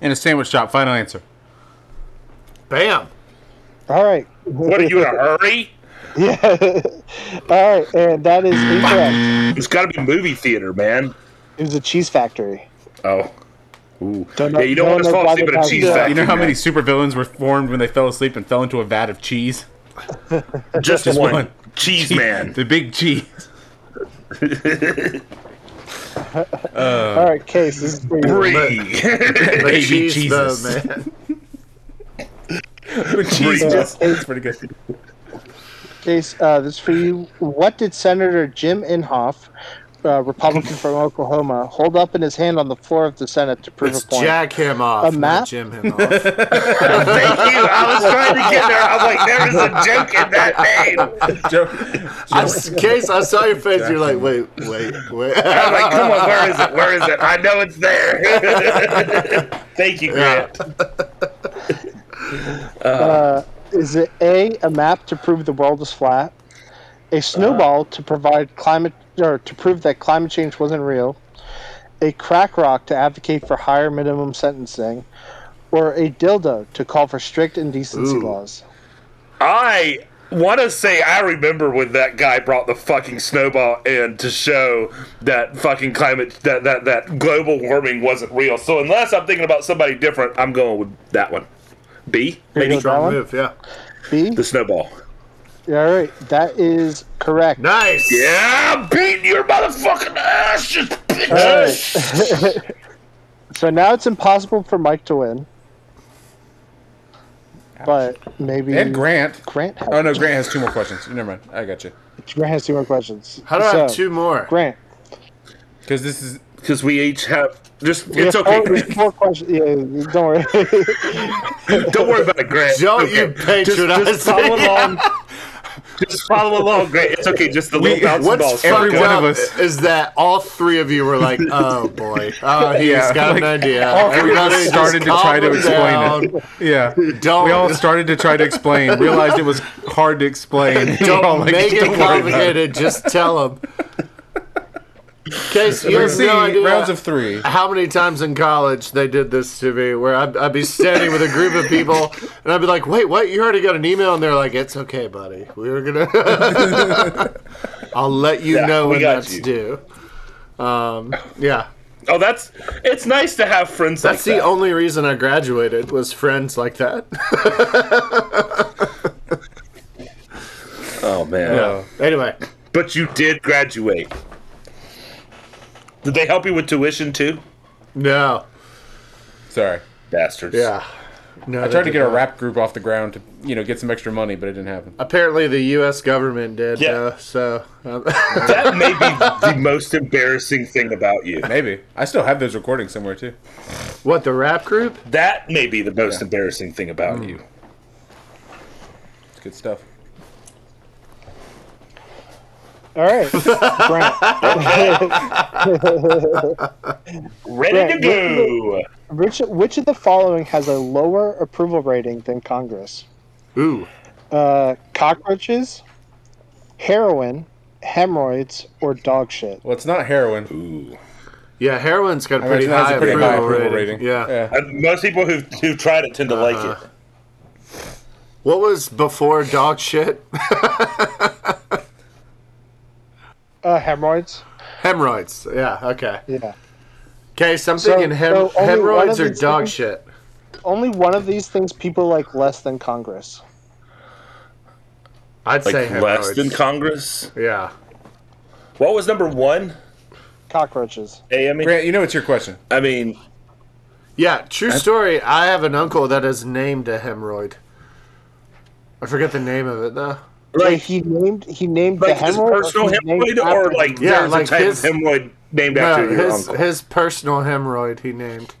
S1: In a sandwich shop. Final answer.
S2: Bam.
S4: All right.
S3: What are you in a hurry?
S4: Yeah. All right. And that is incorrect.
S3: It's got to be movie theater, man.
S4: It was a cheese factory.
S3: Oh, Ooh.
S4: Don't know-
S3: yeah, you don't,
S4: don't
S3: want to
S4: know
S3: fall
S4: why
S3: asleep
S4: they
S3: at a
S4: have
S3: cheese
S4: that.
S3: factory.
S1: You know how many supervillains were formed when they fell asleep and fell into a vat of cheese?
S3: Just,
S1: Just
S3: one.
S1: one.
S3: cheese man.
S1: The big cheese.
S2: Uh,
S4: All right, Case. This is for you.
S3: Three.
S2: The
S1: Baby
S2: cheese,
S1: Jesus.
S2: though, man.
S1: The cheese
S4: Yeah.
S1: just it's pretty good.
S4: Case, uh, this is for you. What did Senator Jim Inhofe, uh, Republican from Oklahoma, hold up in his hand on the floor of the Senate to prove
S2: Let's
S4: a point?
S2: jack him off.
S4: A
S2: not
S4: map?
S2: Jim him off.
S3: Thank you. I was trying to get there. I was like, there is a joke in that name.
S1: Joe,
S2: I s- Case, I saw your face. You're like, wait, wait, wait.
S3: I'm like, come on, where is it? Where is it? I know it's there. Thank you, Grant.
S4: Uh, is it A, a map to prove the world is flat, a
S2: Uh.
S4: snowball to provide climate or to prove that climate change wasn't real, a crack rock to advocate for higher minimum sentencing, or a dildo to call for strict indecency
S2: Ooh.
S4: laws?
S3: I want to say I remember when that guy brought the fucking snowball in to show that fucking climate that that that global warming wasn't real. So unless I'm thinking about somebody different, I'm going with that one. B, maybe
S4: Here you go.
S2: Strong move, yeah.
S4: B.
S3: the snowball.
S4: All right, that is correct.
S2: Nice.
S3: Yeah, beating your motherfucking ass, just
S4: All
S3: bitch.
S4: right. so now it's impossible for Mike to win. But maybe
S1: and Grant.
S4: Grant has,
S1: Oh no, Grant has two more questions. Never mind. I got you.
S4: Grant has two more questions.
S2: How do I have
S4: So,
S2: two more?
S4: Grant.
S1: Because this is
S3: Because we each have just.
S4: We
S3: It's
S4: have
S3: okay.
S2: Oh,
S4: four- we
S3: Grant.
S4: have oh, Four questions. Yeah, don't worry.
S3: Don't worry about it, Grant.
S2: Don't you
S3: Okay. Just-
S2: patronize
S3: Just follow
S2: me.
S3: along. Just follow along, Grant. It's okay. Just the little bouncing
S2: What's
S3: balls.
S2: fucked
S1: one
S2: up
S1: of us.
S2: is that all three of you were like, "Oh boy, oh he's
S1: Yeah,
S2: got
S1: like,
S2: an idea."
S1: all three of us
S2: Everybody just
S1: started to try to
S2: calm
S1: explain it.
S2: down.
S1: yeah.
S2: Don't
S1: We all started to try to explain. Realized it was hard to explain. We were all
S2: don't
S1: like,
S2: make
S1: "Don't
S2: it
S1: worry about
S2: complicated. Just tell him. Case you
S1: Let's
S2: have
S1: see,
S2: no idea
S1: rounds of three.
S2: How many times in college they did this to me, where I'd, I'd be standing with a group of people, and I'd be like, "Wait, what? You already got an email?" And they're like, "It's okay, buddy. We were gonna. I'll let you
S3: Yeah,
S2: know
S3: we
S2: when
S3: got
S2: that's
S3: you."
S2: due." Um, yeah,
S3: Oh, that's. It's nice to have friends
S2: that's
S3: like
S2: the
S3: that.
S2: only reason I graduated was friends like that.
S3: Oh man.
S2: anyway,
S3: But you did graduate. Did they help you with tuition too?
S2: no,
S1: Sorry.
S3: Bastards.
S2: yeah, no.
S1: I tried to get a rap group off the ground to, you know, get some extra money, but it didn't happen.
S2: Apparently, the U.S. government did.
S3: Yeah.
S2: though, so um,
S3: That may be the most embarrassing thing about you.
S1: Maybe. I still have those recordings somewhere too.
S2: what the rap group?
S3: That may be the most embarrassing thing about you.
S1: It's good stuff.
S4: All right, Grant.
S3: Ready
S4: Yeah,
S3: to go.
S4: which which of the following has a lower approval rating than Congress?
S2: Ooh,
S4: Uh, cockroaches, heroin, hemorrhoids, or dog shit?
S1: Well, it's not heroin.
S3: Ooh.
S2: yeah, heroin's got a
S1: I
S2: pretty
S1: imagine that
S2: high
S1: has a pretty
S2: approval,
S1: high approval
S2: rating.
S1: rating.
S2: Yeah.
S3: And most people who've, who've tried it tend to like it.
S2: What was before dog shit?
S4: Uh, hemorrhoids.
S2: Hemorrhoids. Yeah. Okay.
S4: Yeah.
S2: Okay. So I'm
S4: So-
S2: thinking hem-
S4: so only one
S2: hemorrhoids
S4: of
S2: or
S4: these
S2: dog
S4: things?
S2: shit.
S4: Only one of these things people like less than Congress.
S2: I'd
S3: Like
S2: say
S3: less
S2: hemorrhoids.
S3: than Congress.
S2: yeah.
S3: What was number one? E?
S4: Cockroaches.
S3: AME.
S1: Grant, you know it's your question.
S3: I mean,
S2: Yeah. True story. I have an uncle that is named a hemorrhoid. I forget the name of it though.
S4: Like
S3: like
S4: he named he named
S3: like
S4: the
S3: his
S4: hemorrhoid.
S3: personal
S4: he named
S3: hemorrhoid,
S4: after
S3: or
S4: him.
S3: like
S2: Yeah,
S3: there's
S2: like
S3: a type
S2: his-
S3: of hemorrhoid named
S2: No,
S3: after your
S2: his
S3: uncle.
S2: his personal hemorrhoid he named.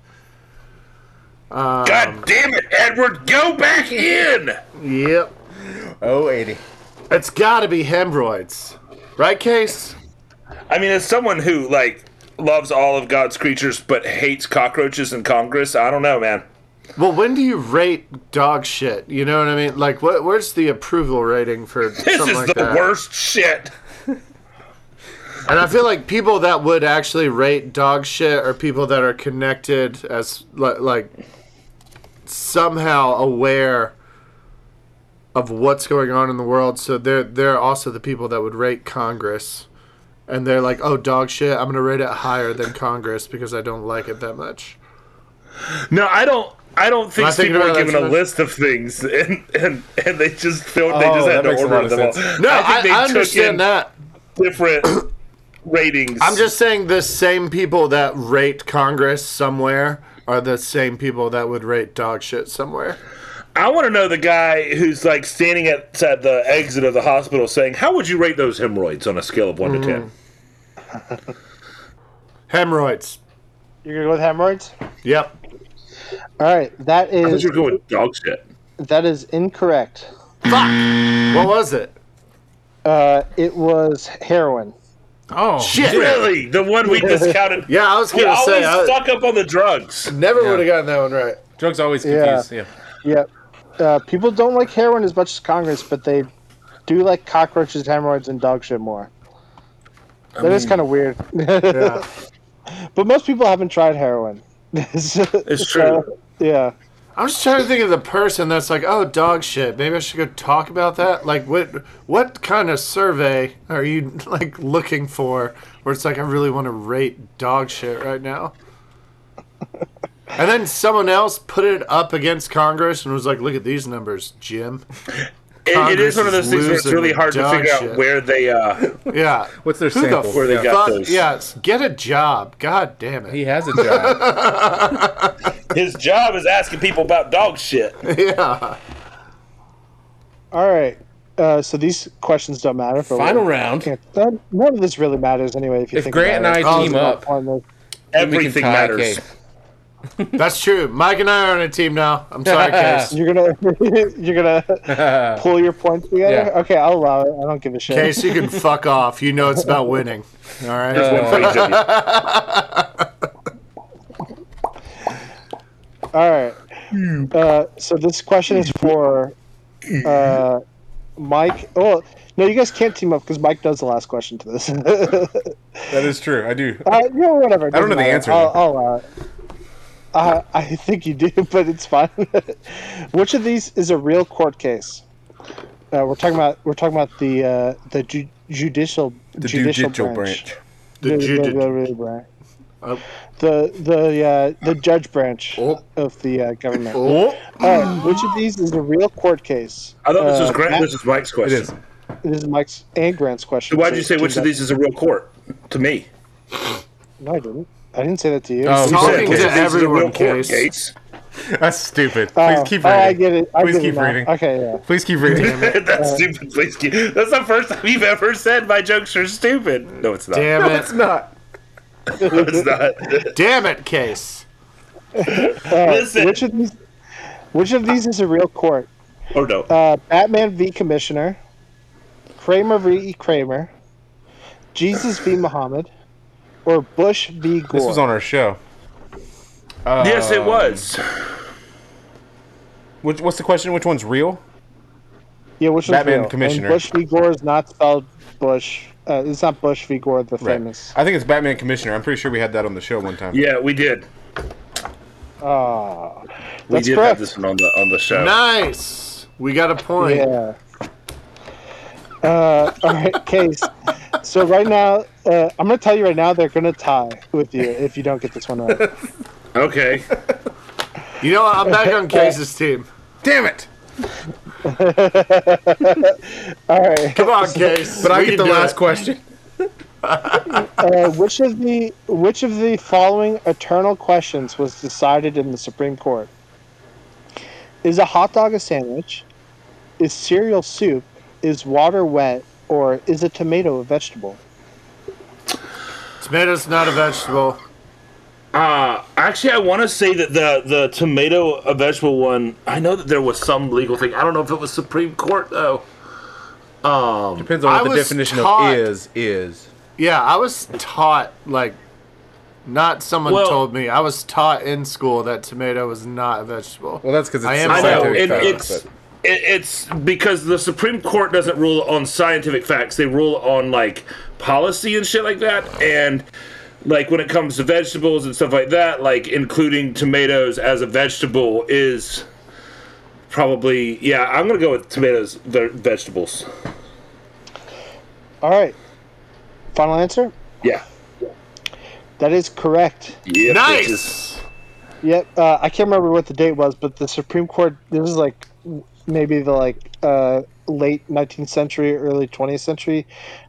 S2: um,
S3: God damn it, Edward, go back in.
S2: Yep.
S1: Oh, 80.
S2: It's got to be hemorrhoids, right? Case.
S3: I mean, as someone who like loves all of God's creatures but hates cockroaches and Congress, I don't know, man.
S2: Well, when do you rate dog shit? You know what I mean? Like, what? Where's the approval rating for
S3: This
S2: something
S3: is
S2: like
S3: the
S2: that?
S3: worst shit.
S2: And I feel like people that would actually rate dog shit are people that are connected as li- like somehow aware of what's going on in the world. So they're they're also the people that would rate Congress, and they're like, "Oh, dog shit! I'm gonna rate it higher than Congress because I don't like it that much."
S3: No, I don't. I don't think
S2: I thinking
S3: people were
S2: about that
S3: given a
S2: too much?
S3: list of things, and and, and they just filled. They
S1: Oh,
S3: just
S1: that
S3: had to
S1: makes a lot
S3: order
S1: of
S3: them all.
S1: sense.
S2: No, I,
S3: think they
S2: I
S3: took in
S2: understand that.
S3: different ratings.
S2: I'm just saying the same people that rate Congress somewhere are the same people that would rate dog shit somewhere.
S3: I want to know the guy who's like standing outside the exit of the hospital saying, "How would you rate those hemorrhoids on a scale of one to
S2: Hmm.
S3: ten?
S2: Hemorrhoids.
S4: You're gonna go with hemorrhoids?
S2: Yep.
S4: All right, that
S3: Because
S4: is
S3: you're going with dog shit.
S4: that is incorrect.
S2: What was it?
S4: Uh, it was heroin.
S5: Oh,
S2: Shit.
S3: Really, the one we discounted.
S2: Yeah, I was
S3: we
S2: gonna
S3: always
S2: say I
S3: stuck up on the drugs.
S2: never would have gotten that one right.
S5: drugs always
S4: Yeah.
S5: confuse. Yeah.
S4: Yep. Uh, people don't like heroin as much as Congress, but they do like cockroaches, hemorrhoids, and dog shit more. That is kind of weird.
S2: Yeah.
S4: but most people haven't tried heroin. So-
S3: It's true.
S4: yeah.
S2: I'm just trying to think of the person that's like, oh, dog shit. Maybe I should go talk about that. Like, what what kind of survey are you like looking for? Where it's like, I really want to rate dog shit right now. And then someone else put it up against Congress and was like, look at these numbers, Jim.
S3: It- it
S2: Congress
S3: is one of
S2: is
S3: those things where it's
S2: losing
S3: really hard to
S2: dog
S3: figure
S2: shit.
S3: out where they uh,
S2: Yeah.
S1: What's their
S2: Who the
S1: sample?
S3: where they got
S2: Fuck
S3: those.
S2: yes. Get a job. God damn it.
S5: He has a job.
S3: His job is asking people about dog shit.
S2: Yeah.
S4: All right. Uh, so these questions don't matter for
S5: Final
S4: what-
S5: round.
S4: Yeah, none, none of this really matters anyway. If you
S5: If
S4: think
S5: Grant
S4: about
S5: and
S4: it.
S5: I team
S4: Oh,
S5: up,
S4: on the-
S5: then we can
S3: Everything
S5: tie
S3: matters.
S5: Kay.
S2: That's true. Mike and I are on a team now. I'm sorry, Case.
S4: You're gonna you're gonna pull your points together.
S5: Yeah.
S4: Okay, I'll allow it. I don't give a shit.
S2: Case, you can fuck off. You know it's about winning. All right.
S3: One for each of you.
S4: All right. Uh, so this question is for uh, Mike. Oh no, you guys can't team up because Mike does the last question to this. uh,
S1: That is true. I do.
S4: you know, whatever.
S1: I don't know the
S4: doesn't matter.
S1: answer,
S4: I'll,
S1: though.
S4: I'll allow it. Uh, I think you do, but it's fine. Which of these is a real court case? Uh, we're talking about we're talking about the uh, the ju- judicial
S1: The
S4: judicial
S1: judicial
S4: branch.
S1: branch.
S2: The
S4: Really, really,
S2: Juju.
S4: really, really bright.
S2: Oh.
S4: The the uh, the judge branch
S2: Oh.
S4: of the uh, government.
S2: Oh,
S4: All right, which of these is a real court case?
S3: I thought this
S4: Uh,
S3: was Grant.
S4: Matt-
S3: This is Mike's
S1: It
S3: question.
S1: is.
S4: This is Mike's and Grant's question.
S3: Why
S4: so
S3: did you say
S4: it
S3: which of
S4: turns
S3: these is a real court? To me,
S4: out- No, I didn't. I didn't say that to you.
S5: Oh,
S3: You
S2: Talking
S3: which
S2: to
S3: of these is a real
S2: everyone,
S3: court,
S2: Case.
S3: Gates?
S1: That's stupid.
S4: Oh,
S1: Please keep
S4: oh,
S1: reading.
S4: I get it. I
S1: Please
S4: get it
S1: keep
S4: now.
S1: reading.
S4: Okay, yeah.
S1: Please keep reading.
S3: That's
S4: Uh,
S3: stupid. Please keep. That's the first time you've ever said my jokes are stupid. No, it's not.
S2: damn it.
S1: Not.
S3: No, it's not.
S2: Damn it, Case.
S3: Listen.
S4: Which of these? Which of these is a real court?
S3: or no.
S4: Uh, Batman v Commissioner, Kramer v Kramer, Jesus v Muhammad, or Bush v Gore.
S5: This was on our show.
S3: yes, it was.
S1: Uh,
S5: Which, what's the question? Which one's real?
S4: Yeah, which was
S5: Batman
S4: real.
S5: Commissioner.
S4: And Bush v. Gore is not spelled Bush. Uh, it's not Bush v. Gore, the famous.
S5: I think it's Batman Commissioner. I'm pretty sure we had that on the show one time.
S3: Yeah, we did.
S4: Ah,
S3: We
S4: that's
S3: did have
S4: correct.
S3: this one on the on the show.
S2: Nice. We got a point.
S4: Yeah. Uh, all right, case. So right now, uh, I'm gonna tell you right now, they're gonna tie with you if you don't get this one right.
S3: Okay.
S2: You know, what? I'm back on Case's team.
S1: Damn it!
S4: All right.
S2: Come on, Case.
S1: But I
S2: We
S1: get
S2: can
S1: the
S2: do
S1: last
S2: it.
S1: question.
S4: Uh, which of the which of the following eternal questions was decided in the Supreme Court? Is a hot dog a sandwich? Is cereal soup? Is water wet? Or is a tomato a vegetable?
S2: Tomato's not a vegetable.
S3: Uh, actually, I want to say that the the tomato a vegetable one. I know that there was some legal thing. I don't know if it was Supreme Court though.
S1: Depends on
S2: I
S1: what the
S2: was
S1: definition
S2: taught-
S1: of is is.
S2: Yeah, I was taught like, not someone
S3: Well-
S2: told me. I was taught in school that tomato was not a vegetable.
S1: Well, that's because it's
S2: I am
S3: I know,
S2: scientific
S3: and
S1: fact,
S3: it's
S1: but-
S3: it, it's because the Supreme Court doesn't rule on scientific facts; they rule on like policy and shit like that. And like when it comes to vegetables and stuff like that, like including tomatoes as a vegetable is probably yeah. I'm gonna go with tomatoes ve- vegetables.
S4: All right. Final answer.
S3: Yeah.
S4: That is correct.
S3: yeah
S2: nice.
S4: Yep. Uh, I can't remember what the date was, but the Supreme Court. This was like w- maybe the like uh, late 19th century, early 20th century.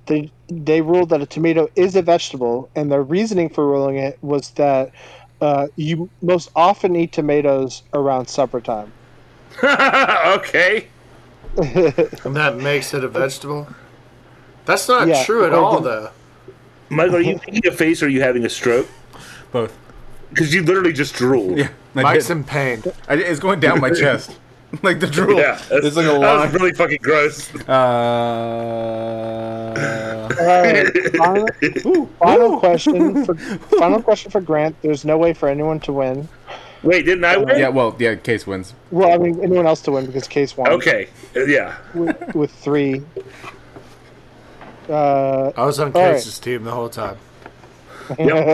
S4: They they ruled that a tomato is a vegetable, and their reasoning for ruling it was that uh, you most often eat tomatoes around supper time.
S3: okay.
S2: And that makes it a vegetable. That's not
S4: Yeah,
S2: true at
S4: well,
S2: all,
S4: the-
S2: though.
S3: Michael, are you making a face or are you having a stroke?
S1: both.
S3: Because you literally just drooled.
S1: Yeah, I
S2: Mike's
S1: did.
S2: in pain.
S1: I did- It's going down my chest, like the drool.
S3: Yeah, that's-
S1: it's like a
S3: that
S1: line.
S3: was really fucking gross.
S5: Uh,
S4: All right. Final, final question. For, final question for Grant. There's no way for anyone to win.
S3: Wait, didn't I win?
S1: yeah, well, yeah. Case wins.
S4: Well, I mean, anyone else to win because Case won.
S3: Okay. Uh, Yeah.
S4: with, with three. Uh,
S2: I was on
S4: right.
S2: Case's team the whole time.
S4: all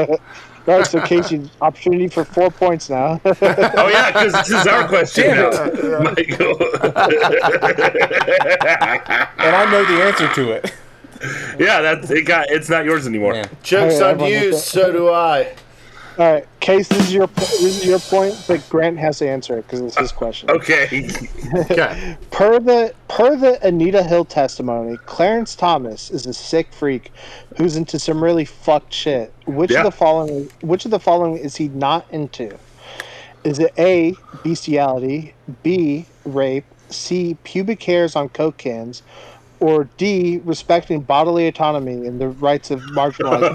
S4: right, so Casey, opportunity for four points now.
S3: Oh yeah, because this is our question now, Michael.
S1: And I know the answer to it.
S3: yeah, that's it. Got it's not yours anymore.
S1: Yeah.
S2: Jokes
S4: Hey,
S2: on
S4: everyone
S2: you,
S4: was-
S2: so do I.
S4: all right, Case, this is your this is your point, but Grant has to answer it because it's his question.
S3: Okay.
S2: Okay.
S4: Per the per the Anita Hill testimony, Clarence Thomas is a sick freak who's into some really fucked shit. Which
S3: Yeah.
S4: of the following which of the following is he not into? Is it A bestiality, B rape, C pubic hairs on coke cans, or D respecting bodily autonomy and the rights of marginalized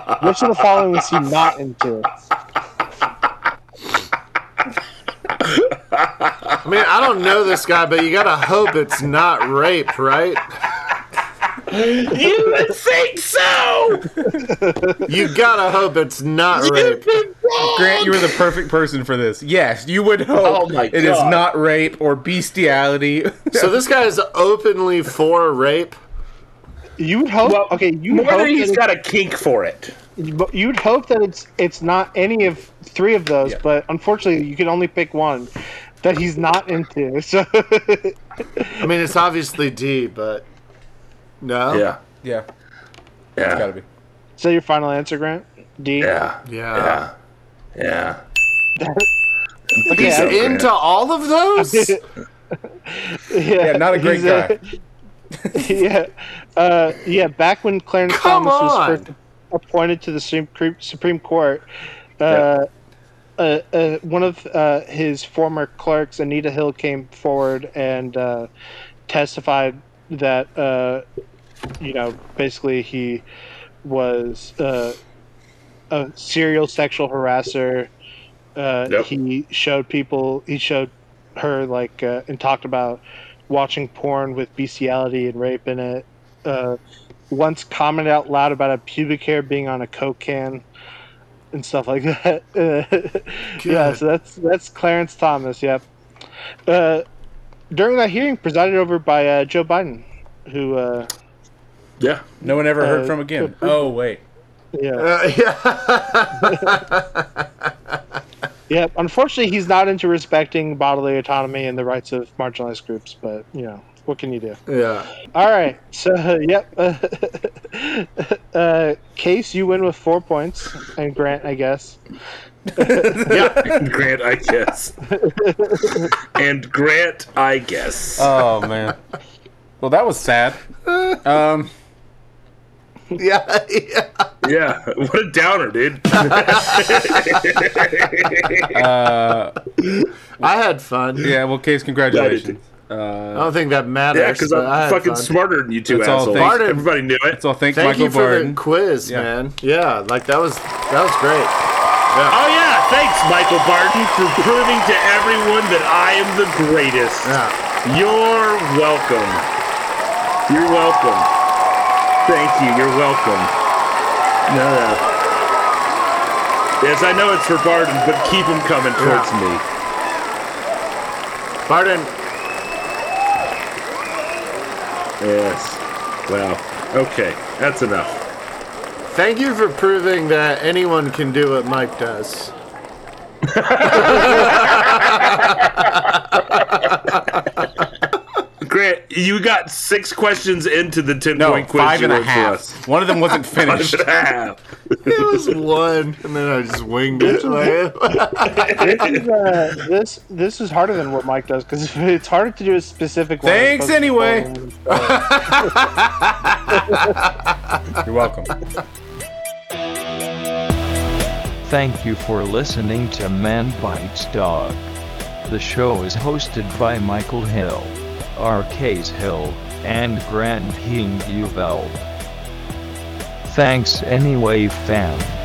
S4: groups? Which of the following is he not into?
S2: I mean, I don't know this guy, but you gotta hope it's not rape, right?
S3: you would think so.
S2: You gotta hope it's not rape.
S1: Grant, you were the perfect person for this. Yes, you would hope
S3: Oh my
S1: it is
S3: God.
S1: not rape or bestiality.
S2: So this guy is openly for rape.
S4: You would hope
S3: Well,
S4: okay, you would
S3: More
S4: hope
S3: than
S4: that
S3: he's
S4: it-
S3: got a kink for it.
S4: But you'd hope that it's it's not any of three of those, but unfortunately, you can only pick one that he's not into. So
S2: I mean, it's obviously D, but no.
S3: Yeah.
S1: yeah,
S3: Yeah.
S1: Oh. gotta be.
S4: is that your final answer, Grant? D.
S3: yeah.
S2: Yeah.
S3: Yeah. Yeah.
S4: Okay,
S2: He's
S4: I-
S3: Yeah.
S2: into all of those.
S4: yeah,
S1: not a great
S4: he's, uh, yeah, uh, yeah. Back when Clarence
S2: Come
S4: Thomas
S2: on.
S4: was first appointed to the Supreme, Supreme Court, uh, uh, uh, one of uh, his former clerks, Anita Hill, came forward and uh, testified that uh, you know basically he was uh, a serial sexual harasser. Uh,
S3: Yep.
S4: He showed people. He showed her like uh, and talked about watching porn with bestiality and rape in it. Uh, once commented out loud about a pubic hair being on a coke can and stuff like that. Uh, yeah,
S2: Good.
S4: so that's that's Clarence Thomas. Yep. Uh, during that hearing, presided over by uh, Joe Biden, who uh,
S3: Yeah.
S1: No one ever heard
S4: Uh,
S1: from again. Oh wait,
S4: yeah,
S2: Uh, yeah.
S4: yep. Unfortunately, he's not into respecting bodily autonomy and the rights of marginalized groups, but you know. What can you do?
S2: Yeah.
S4: All right. So, yep. uh, Case, you win with four points, and Grant, I guess.
S3: yeah, Grant, I guess. and Grant, I guess.
S5: Oh man. Well, that was sad. Um,
S2: Yeah. yeah.
S3: yeah, what a downer, dude.
S5: uh,
S2: I had fun.
S5: yeah. Well, Case, congratulations. Uh,
S2: I don't think that matters.
S3: yeah, because
S2: but I
S3: I'm
S2: had
S3: fucking
S2: fun.
S3: smarter than you two
S5: That's all
S3: assholes.
S5: thanks-
S2: Barden-
S3: Everybody knew it.
S5: So thank,
S2: Thank
S5: Michael
S2: you for
S5: Barden.
S2: the quiz,
S5: Yeah.
S2: man. Yeah, like that was that was great.
S3: Oh yeah, thanks, Michael Barton, for proving to everyone that I am the greatest.
S2: Yeah.
S3: You're welcome. You're welcome. Thank you. You're welcome. No, no. Yes, I know it's for Barton, but keep him coming towards me.
S2: Barden,
S3: Yes. Wow. Okay, that's enough.
S2: thank you for proving that anyone can do what Mike does.
S3: Grant, you got six questions into the ten
S1: No,
S3: point quiz.
S1: five
S3: you
S1: and a
S3: wrote for us.
S1: half. One of them wasn't
S3: Five
S1: finished.
S3: and a half.
S2: It was one, and then I just winged it. Like,
S4: Uh, this this is harder than what Mike does because it's harder to do a specific one. um,
S1: Thanks anyway.
S5: You're welcome.
S8: Thank you for listening to Man Bites Dog. The show is hosted by Michael Hill, R.K.'s Hill, and Grant King Uveld. Thanks anyway, fam.